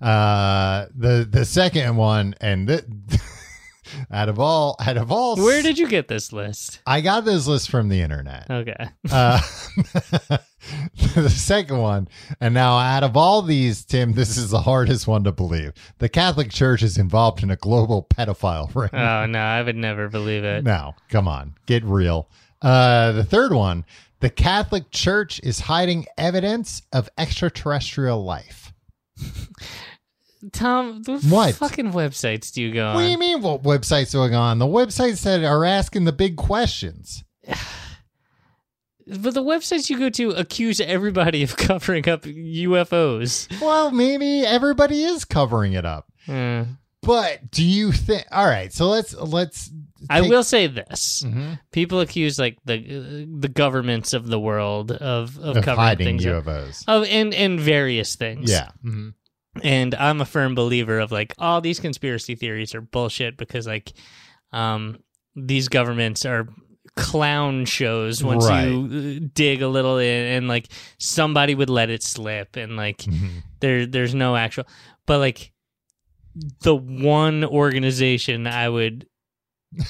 Uh the the second one and th- out of all out of all
Where did you get this list?
I got this list from the internet.
Okay.
Uh, the second one, and now out of all these, Tim, this is the hardest one to believe. The Catholic Church is involved in a global pedophile ring.
Oh no, I would never believe it.
No, come on, get real. Uh, the third one, the Catholic Church is hiding evidence of extraterrestrial life.
Tom, what,
What?
fucking websites do you go on?
What do you mean? What websites going on? The websites that are asking the big questions.
But the websites you go to accuse everybody of covering up UFOs.
Well, maybe everybody is covering it up.
Hmm.
But do you think? All right, so let's let's.
I
take-
will say this:
Mhm.
people accuse like the uh, the governments of the world of of,
of
covering
hiding
things up. Um, mm-hmm.
UFOs.
Of and and various things.
Yeah, Mhm.
and I'm a firm believer of like all these conspiracy theories are bullshit because like um these governments are clown shows once you uh, dig a little in and like somebody would let it slip and like there there's no actual but like the one organization I would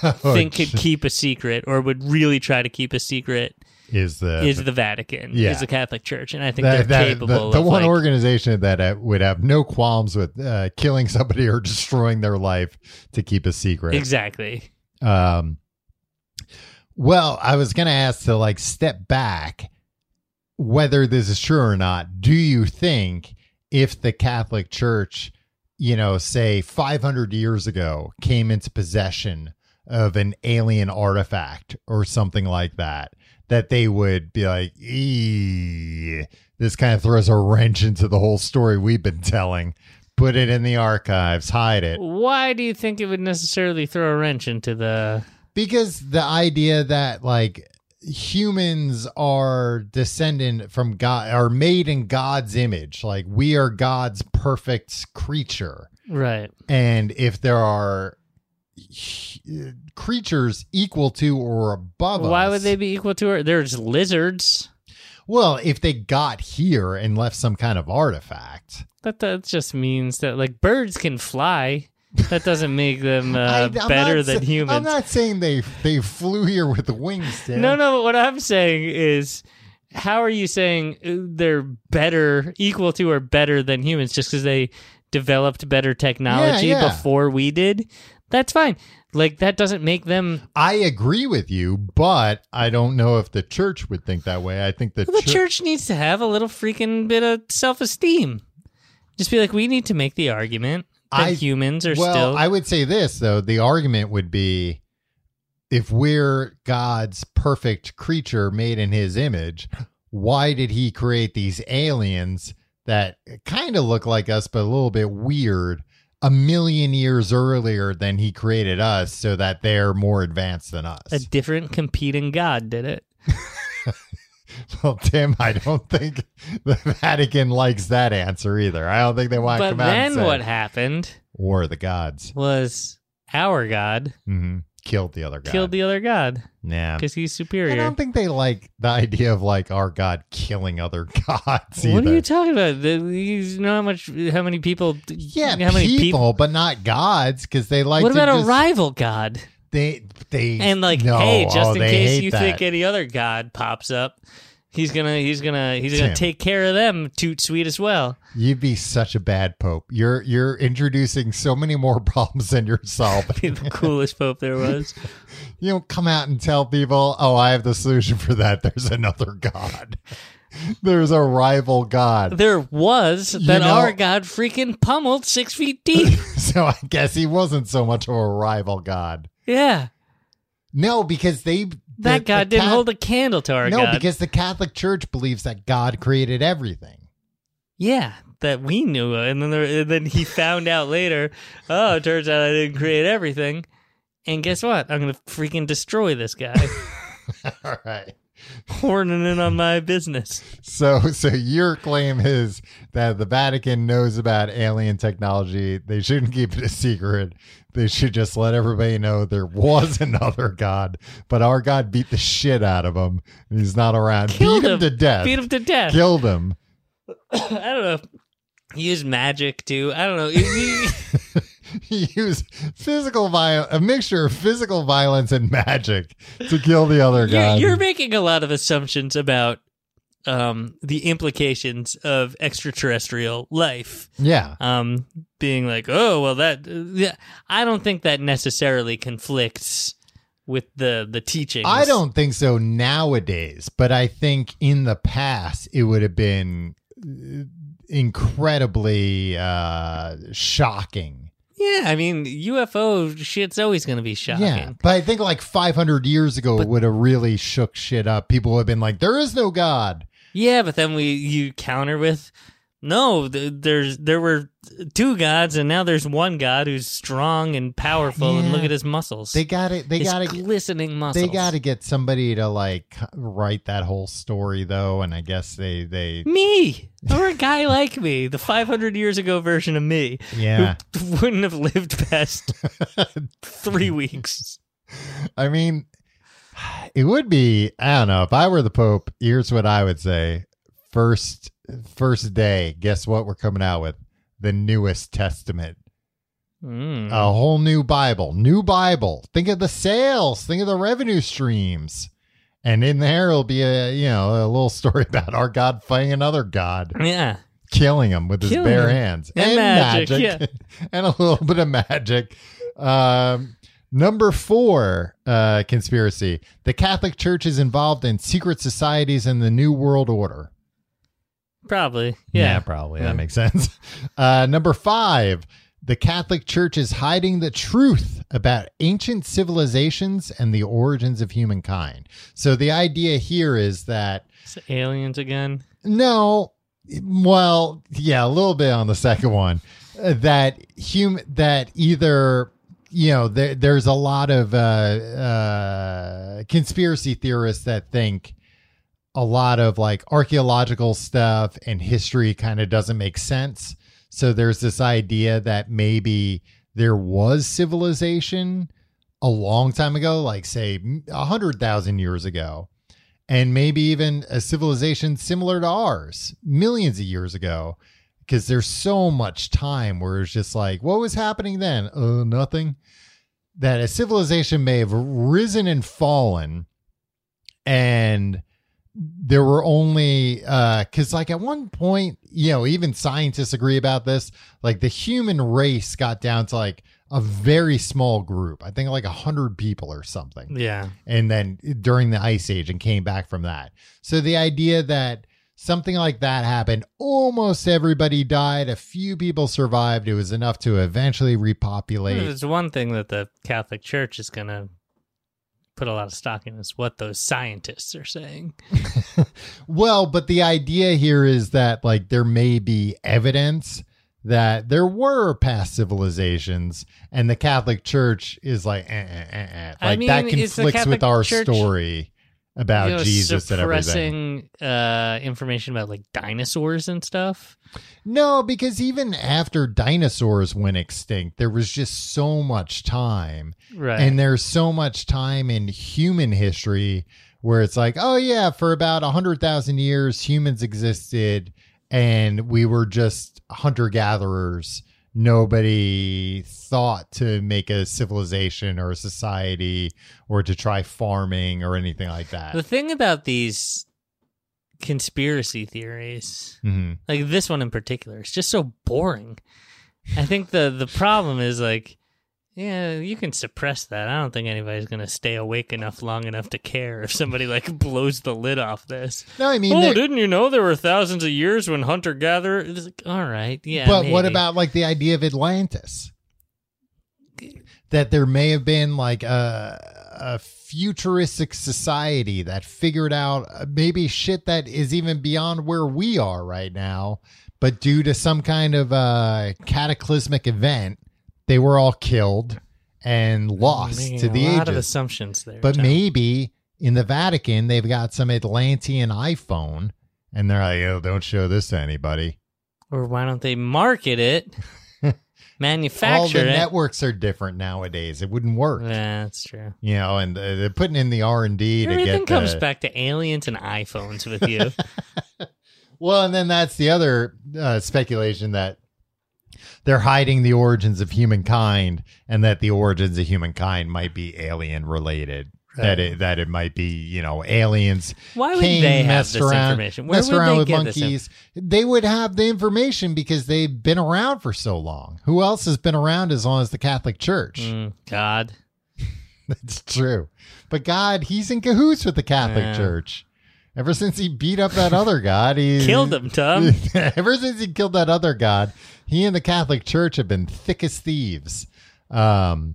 Oh,
think could
sh-
keep a secret or would really try to keep a secret
is the
is the Vatican,
Yeah.
is the Catholic Church, and I think
that-
they're
that-
capable.
the, the
of
one
like,
organization that uh, would have no qualms with uh, killing somebody or destroying their life to keep a secret.
exactly.
Um, well, I was going to ask to like step back whether this is true or not. Do you think if the Catholic Church, you know, say 500 years ago came into possession of an alien artifact or something like that, that they would be like, "Eee, this kind of throws a wrench into the whole story we've been telling. Put it in the archives, hide it.
Why do you think it would necessarily throw a wrench into the?
because the idea that like humans are descendant from god are made in god's image like we are god's perfect creature
Right.
and if there are hu- creatures equal to or above
Why
us-
would they be equal to her? There's lizards.
well if they got here and left some kind of artifact
That that just means that like birds can fly. That doesn't make them
I-
uh,
I'm not
better
sa-
than humans.
i'm not saying they they flew here with the wings Dan.
No, no. What I'm saying is, how are you saying uh, they're better, equal to, or better than humans just because they developed better technology
yeah.
before we did? That's fine. Like that doesn't make them.
i agree with you but i don't know if the church would think that way i think the,
The
chur-
church needs to have a little freaking bit of self-esteem. Just be like, we need to make the argument that
I-
humans are
well,
still.
I would say this though: the argument would be, if we're God's perfect creature made in His image, why did He create these aliens that kind of look like us but a little bit weird? A million years earlier than he created us, so that they're more advanced than us.
a different competing god did it.
well, Tim, I don't think the Vatican likes that answer either. I don't think they want to
But
come out and
then
say,
what happened
War of the gods
was our god
hmm killed the other god.
killed the other god
yeah.
because he's superior.
I don't think they like the idea of like our God killing other gods either.
What are you talking about? The- You know how much, how many people?
yeah,
how many
people,
people?
but not gods because they like.
what
to
about
just-
a rival god?
They they
And like,
no,
hey, just
oh,
in
they
case
hate
you
that.
think any other god pops up, he's gonna, he's gonna, he's gonna
Tim.
take care of them, toot sweet as well.
you'd be such a bad pope. You're you're introducing so many more problems than yourself.
Be the coolest pope there was.
you don't come out and tell people, oh, I have the solution for that. There's another god. There's a rival god.
There was that
You know-
our god freaking pummeled six feet deep.
So I guess he wasn't so much of a rival god.
yeah,
No, because they
that
the-
god
the
didn't
Catholic-
hold a candle to our
no,
god.
because the Catholic Church believes that God created everything.
Yeah, that we knew, of. and then there, and then he found out later. Oh, it turns out I didn't create everything. And guess what? I'm gonna freaking destroy this guy,
All right.
horning in on my business.
So, so your claim is that the Vatican knows about alien technology. They shouldn't keep it a secret. They should just let everybody know there was another God, but our God beat the shit out of him. and He's not around.
Killed
beat him, to death.
Beat him to death.
Killed him.
I don't know. He used magic too. I don't know. He- he-
He used physical violence, a mixture of physical violence and magic to kill the other
you're,
God.
you're making a lot of assumptions about um, the implications of extraterrestrial life.
yeah.
Um, being like, oh well, that yeah. I don't think that necessarily conflicts with the the teachings.
I don't think so nowadays, but I think in the past it would have been uh, incredibly uh, shocking.
Yeah, I mean UFO shit's always going to be shocking.
Yeah, but I think like 500 years ago it would have really shook shit up. People would have been like, "There is no God."
Yeah, but then we you counter with, no, th- there's there were two gods and now there's one god who's strong and powerful and look
Yeah.
at his muscles.
They got it. They
his
got to.
glistening muscles.
They got to get somebody to like write that whole story though, and I guess they they
me or a guy like me, the 500 years ago version of me,
yeah.
who wouldn't have lived past three weeks.
I mean, It would be, I don't know, if I were the Pope, here's what I would say. First first day, guess what we're coming out with? The newest testament.
Mm.
A whole new Bible. New Bible. Think of the sales. Think of the revenue streams. And in there will be a you know, a little story about our God fighting another God,
Yeah.
killing him with his
Killing
bare
him.
hands.
And magic,
and a little bit of magic. Um Number four, uh, conspiracy. The Catholic Church is involved in secret societies and the New World Order.
Probably. Yeah.
probably.
Yeah.
That makes sense. Uh, number five, the Catholic Church is hiding the truth about ancient civilizations and the origins of humankind. So the idea here is that
It's aliens again.
no, well, yeah, a little bit on the second one. Uh, That hum that either you know there, there's a lot of uh, uh, conspiracy theorists that think a lot of like archaeological stuff and history kind of doesn't make sense. So there's this idea that maybe there was civilization a long time ago, like say a hundred thousand years ago, and maybe even a civilization similar to ours millions of years ago because there's so much time where it's just like what was happening then uh nothing that a civilization may have risen and fallen and there were only uh because like at one point you know even scientists agree about this like the human race got down to like a very small group i think like a hundred people or something
Yeah.
and then during the ice age and came back from that. So the idea that something like that happened, almost everybody died, a few people survived, it was enough to eventually repopulate.
There's one thing that the Catholic Church is going to put a lot of stock in is what those scientists are saying.
Well, but the idea here is that like there may be evidence that there were past civilizations and the Catholic Church is like eh, eh, eh, eh. like
I
that
mean, it's the
conflicts with
Catholic
our
Church,
story about
You know,
Jesus and everything.
suppressing uh, information about like dinosaurs and stuff.
No, because even after dinosaurs went extinct, there was just so much time.
Right.
And there's so much time in human history where it's like, oh, yeah, for about 100,000 years, humans existed and we were just hunter gatherers. Nobody thought to make a civilization or a society or to try farming or anything like that.
the thing about these conspiracy theories
hmm
like this one in particular it's just so boring i think the the problem is like yeah you can suppress that i don't think anybody's going to stay awake enough long enough to care if somebody like blows the lid off this
No, I mean,
oh
there-
didn't you know there were thousands of years when hunter gatherer like, all right yeah
but what
maybe.
about like the idea of Atlantis? That there may have been like a, a futuristic society that figured out uh, maybe shit that is even beyond where we are right now, but due to some kind of uh, cataclysmic event, they were all killed and lost
Making
to the
a lot of
ages.
assumptions there
But
Tom.
maybe in the Vatican, they've got some Atlantean iPhone and they're like, oh, don't show this to anybody.
or why don't they market it
all the
manufacture it
networks are different nowadays. It wouldn't work,
yeah, that's true
you know. And uh, they're putting in the R and D to
Everything
get
comes
the,
back to aliens and iPhones with you.
Well, and then that's the other uh, speculation that they're hiding the origins of humankind, and that the origins of humankind might be alien related. That it that it might be you know aliens.
Why would
came,
they have
messed
this
around,
information? Where
messed
would
around
they
with
get this
monkeys. They would have the information because they've been around for so long. Who else has been around as long as the Catholic Church?
Mm, God.
That's true. But God, he's in cahoots with the Catholic
Yeah.
Church. Ever since he beat up that other god, he
Killed him, Tom.
Ever since he killed that other god, he and the Catholic Church have been thick as thieves. Um,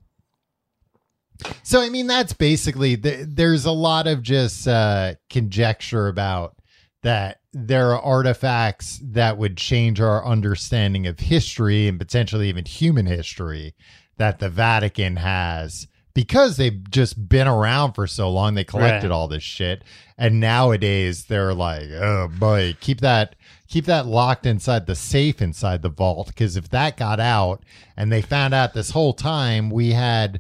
so I mean, that's basically th- there's a lot of just uh, conjecture about that there are artifacts that would change our understanding of history and potentially even human history that the Vatican has because they've just been around for so long. They collected
Right.
all this shit, and nowadays they're like, oh boy, keep that. Keep that locked inside the safe inside the vault because if that got out and they found out this whole time we had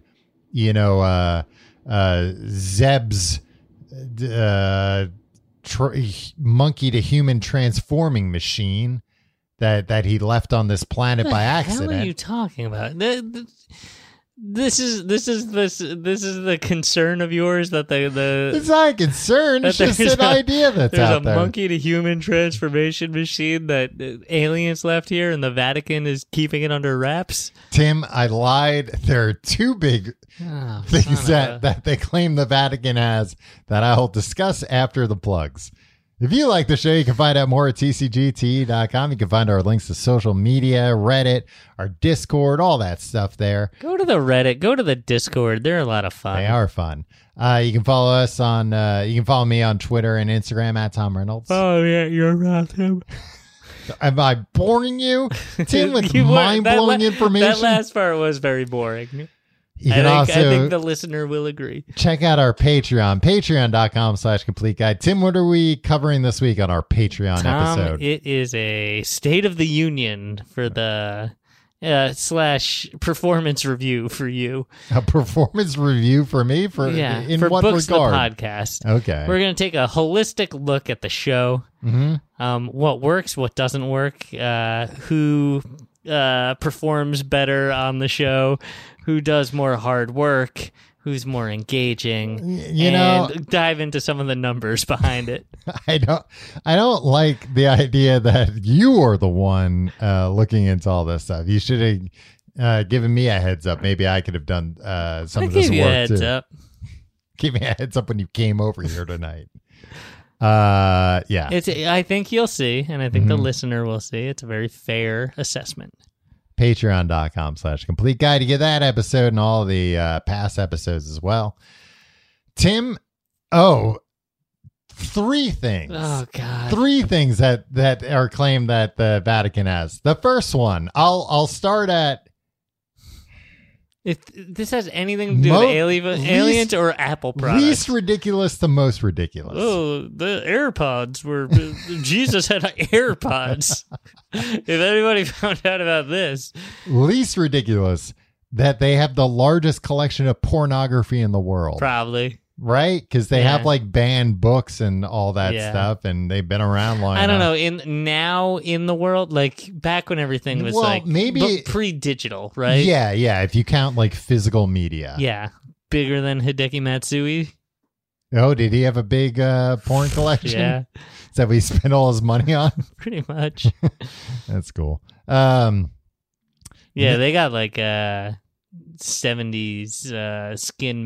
you know, uh, uh, Zeb's uh, tr- monkey to human transforming machine that that he left on this planet by accident.
What are you talking about? Th- th- This is this is this this is the concern of yours that the
it's
the
not a concern.
that
It's just
there's
an
a-
idea that's
there's
out
a
there.
monkey to human transformation machine that uh, aliens left here and the Vatican is keeping it under wraps.
Tim, I lied. There are two big
Oh, son
things
of
that,
a-
that they claim the Vatican has that I'll discuss after the plugs. If you like the show, you can find out more at tcgte.com. You can find our links to social media, Reddit, our Discord, all that stuff there.
Go to the Reddit. Go to the Discord. They're a lot of fun.
They are fun. Uh, you can follow us on, uh, you can follow me on Twitter and Instagram at Tom Reynolds.
Oh yeah, you're right. Tim.
Am I boring you, Tim, with
You were-
mind
that la-
blowing information?
That last part was very boring.
you
I
can
think,
also
I think the listener will agree.
check out our Patreon, patreon.com slash complete guide. Tim, what are we covering this week on our Patreon
Tom,
episode?
it is a State of the Union for the uh, slash performance review for you.
a performance review for me for
yeah,
Uh, in
for
what
books
regard?
the podcast.
Okay.
We're gonna take a holistic look at the show.
Mhm.
Um, what works, what doesn't work, uh, who uh, performs better on the show, who does more hard work, who's more engaging.
you know,
and dive into some of the numbers behind it.
I don't I don't like the idea that you are the one uh looking into all this stuff. You should have uh, given me a heads up. Maybe I could have done uh, some
I
of this
gave you a
work
heads
too.
up.
Give me a heads up when you came over here tonight. Uh, yeah. Mm-hmm.
It's. I think you'll see, and I think the listener will see. It's a very fair assessment.
patreon.com slash complete guide to get that episode and all the uh, past episodes as well tim oh three things
Oh God.
three things that that are claimed that the vatican has the first one i'll i'll start at
If this has anything to do
Mo-
with alien,
least-
aliens or Apple products.
least ridiculous to most ridiculous
Oh, the AirPods were. Jesus had AirPods. if anybody found out about this,
least ridiculous that they have the largest collection of pornography in the world
probably.
right because they have
Yeah.
like banned books and all that
Yeah.
stuff and they've been around long
I don't
enough.
know. In now in the world, like back when everything was
Well,
like
maybe-
pre digital, right?
Yeah, yeah. If you count like physical media.
yeah, bigger than Hideki Matsui.
Oh, did he have a big uh, porn collection?
Yeah,
That we spent all his money on.
pretty much.
That's cool. Um,
Yeah, they got like uh seventies uh skin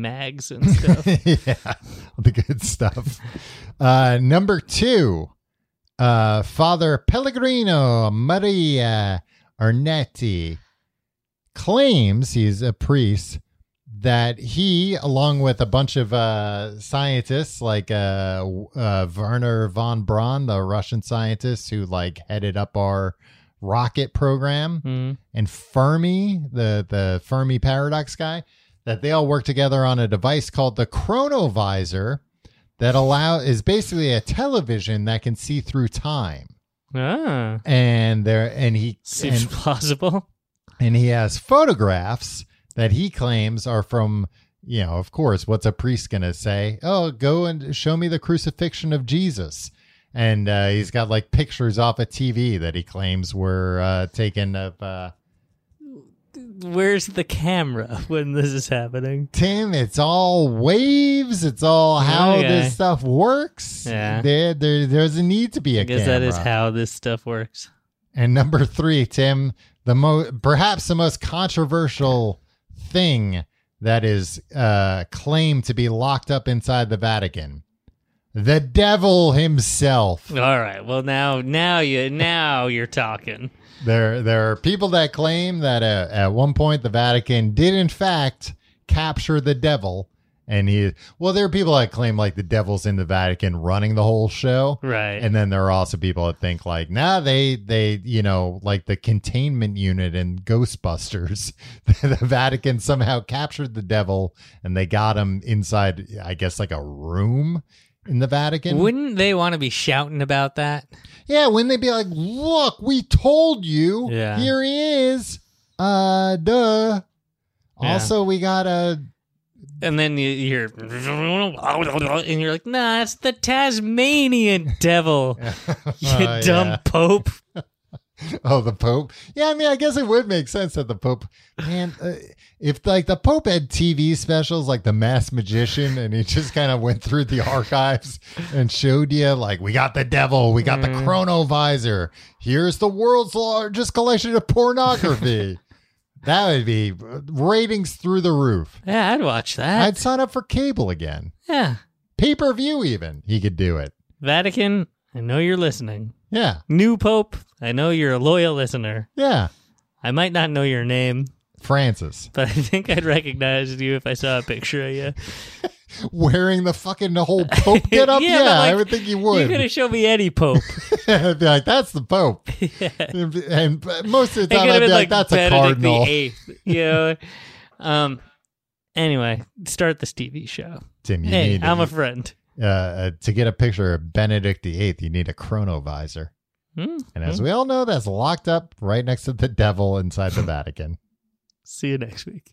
mags and stuff.
yeah, the good stuff. Uh, number two, uh, Father Pellegrino Maria Arnetti claims he's a priest that he, along with a bunch of uh, scientists like uh, uh, Werner von Braun, the Russian scientist who like headed up our rocket program,
Hmm.
and Fermi, the the Fermi paradox guy, that they all work together on a device called the Chronovisor that allow is basically a television that can see through time.
Ah,
And there and he
seems
and,
plausible.
and he has photographs that he claims are from you know, of course, what's a priest going to say? Oh, go and show me the crucifixion of Jesus. And uh, he's got like pictures off a TV that he claims were uh, taken of uh,
Where's the camera when this is happening?
Tim, it's all waves. It's all how
Okay.
this stuff works.
Yeah.
There, there, there's a need to be a
I guess that is
camera.
how this stuff works.
And number three, Tim, the mo- perhaps the most controversial thing that is uh, claimed to be locked up inside the Vatican, the devil himself.
All right. Well, now, now you, now you're talking.
There, there are people that claim that uh, at one point the Vatican did in fact capture the devil, and he. Well, there are people that claim like the devil's in the Vatican running the whole show,
Right.
and then there are also people that think like, nah, they, they, you know, like the containment unit in Ghostbusters, the Vatican somehow captured the devil and they got him inside, I guess, like a room in the Vatican.
Wouldn't they want to be shouting about that?
Yeah, when they be like, "Look, we told you.
Yeah.
Here he is." Uh, duh.
Yeah.
Also, we got a
and then you you hear, and you're like, nah, it's the Tasmanian devil, you
Oh,
dumb
yeah.
pope.
Oh, the Pope. Yeah, I mean, I guess it would make sense that the Pope, man, uh, if like the Pope had TV specials like The Mass Magician and he just kind of went through the archives and showed you, like, we got the devil, we got the chronovisor, here's the world's largest collection of pornography. that would be ratings through the roof.
Yeah, I'd watch that.
I'd sign up for cable again,
yeah,
pay per view, even. He could do it.
Vatican, I know you're listening.
Yeah.
New pope, I know you're a loyal listener.
Yeah.
I might not know your name,
Francis
but I think I'd recognize you if I saw a picture of you.
wearing the fucking whole Pope get up. yeah,
but, like,
I would think he would.
You're gonna show me any pope.
I'd be like, that's the Pope. And- And but most of the
It could
time,
have
I'd be
been
like,
like,
that's a
Benedict
cardinal.
the Eighth. You know. um. Anyway, start this TV show.
Tim, you
Hey,
need
I'm a friend.
uh, uh, to get a picture of Benedict VIII, you need a chronovisor.
Hmm?
And as we all know, that's locked up right next to the devil inside the Vatican.
See you next week.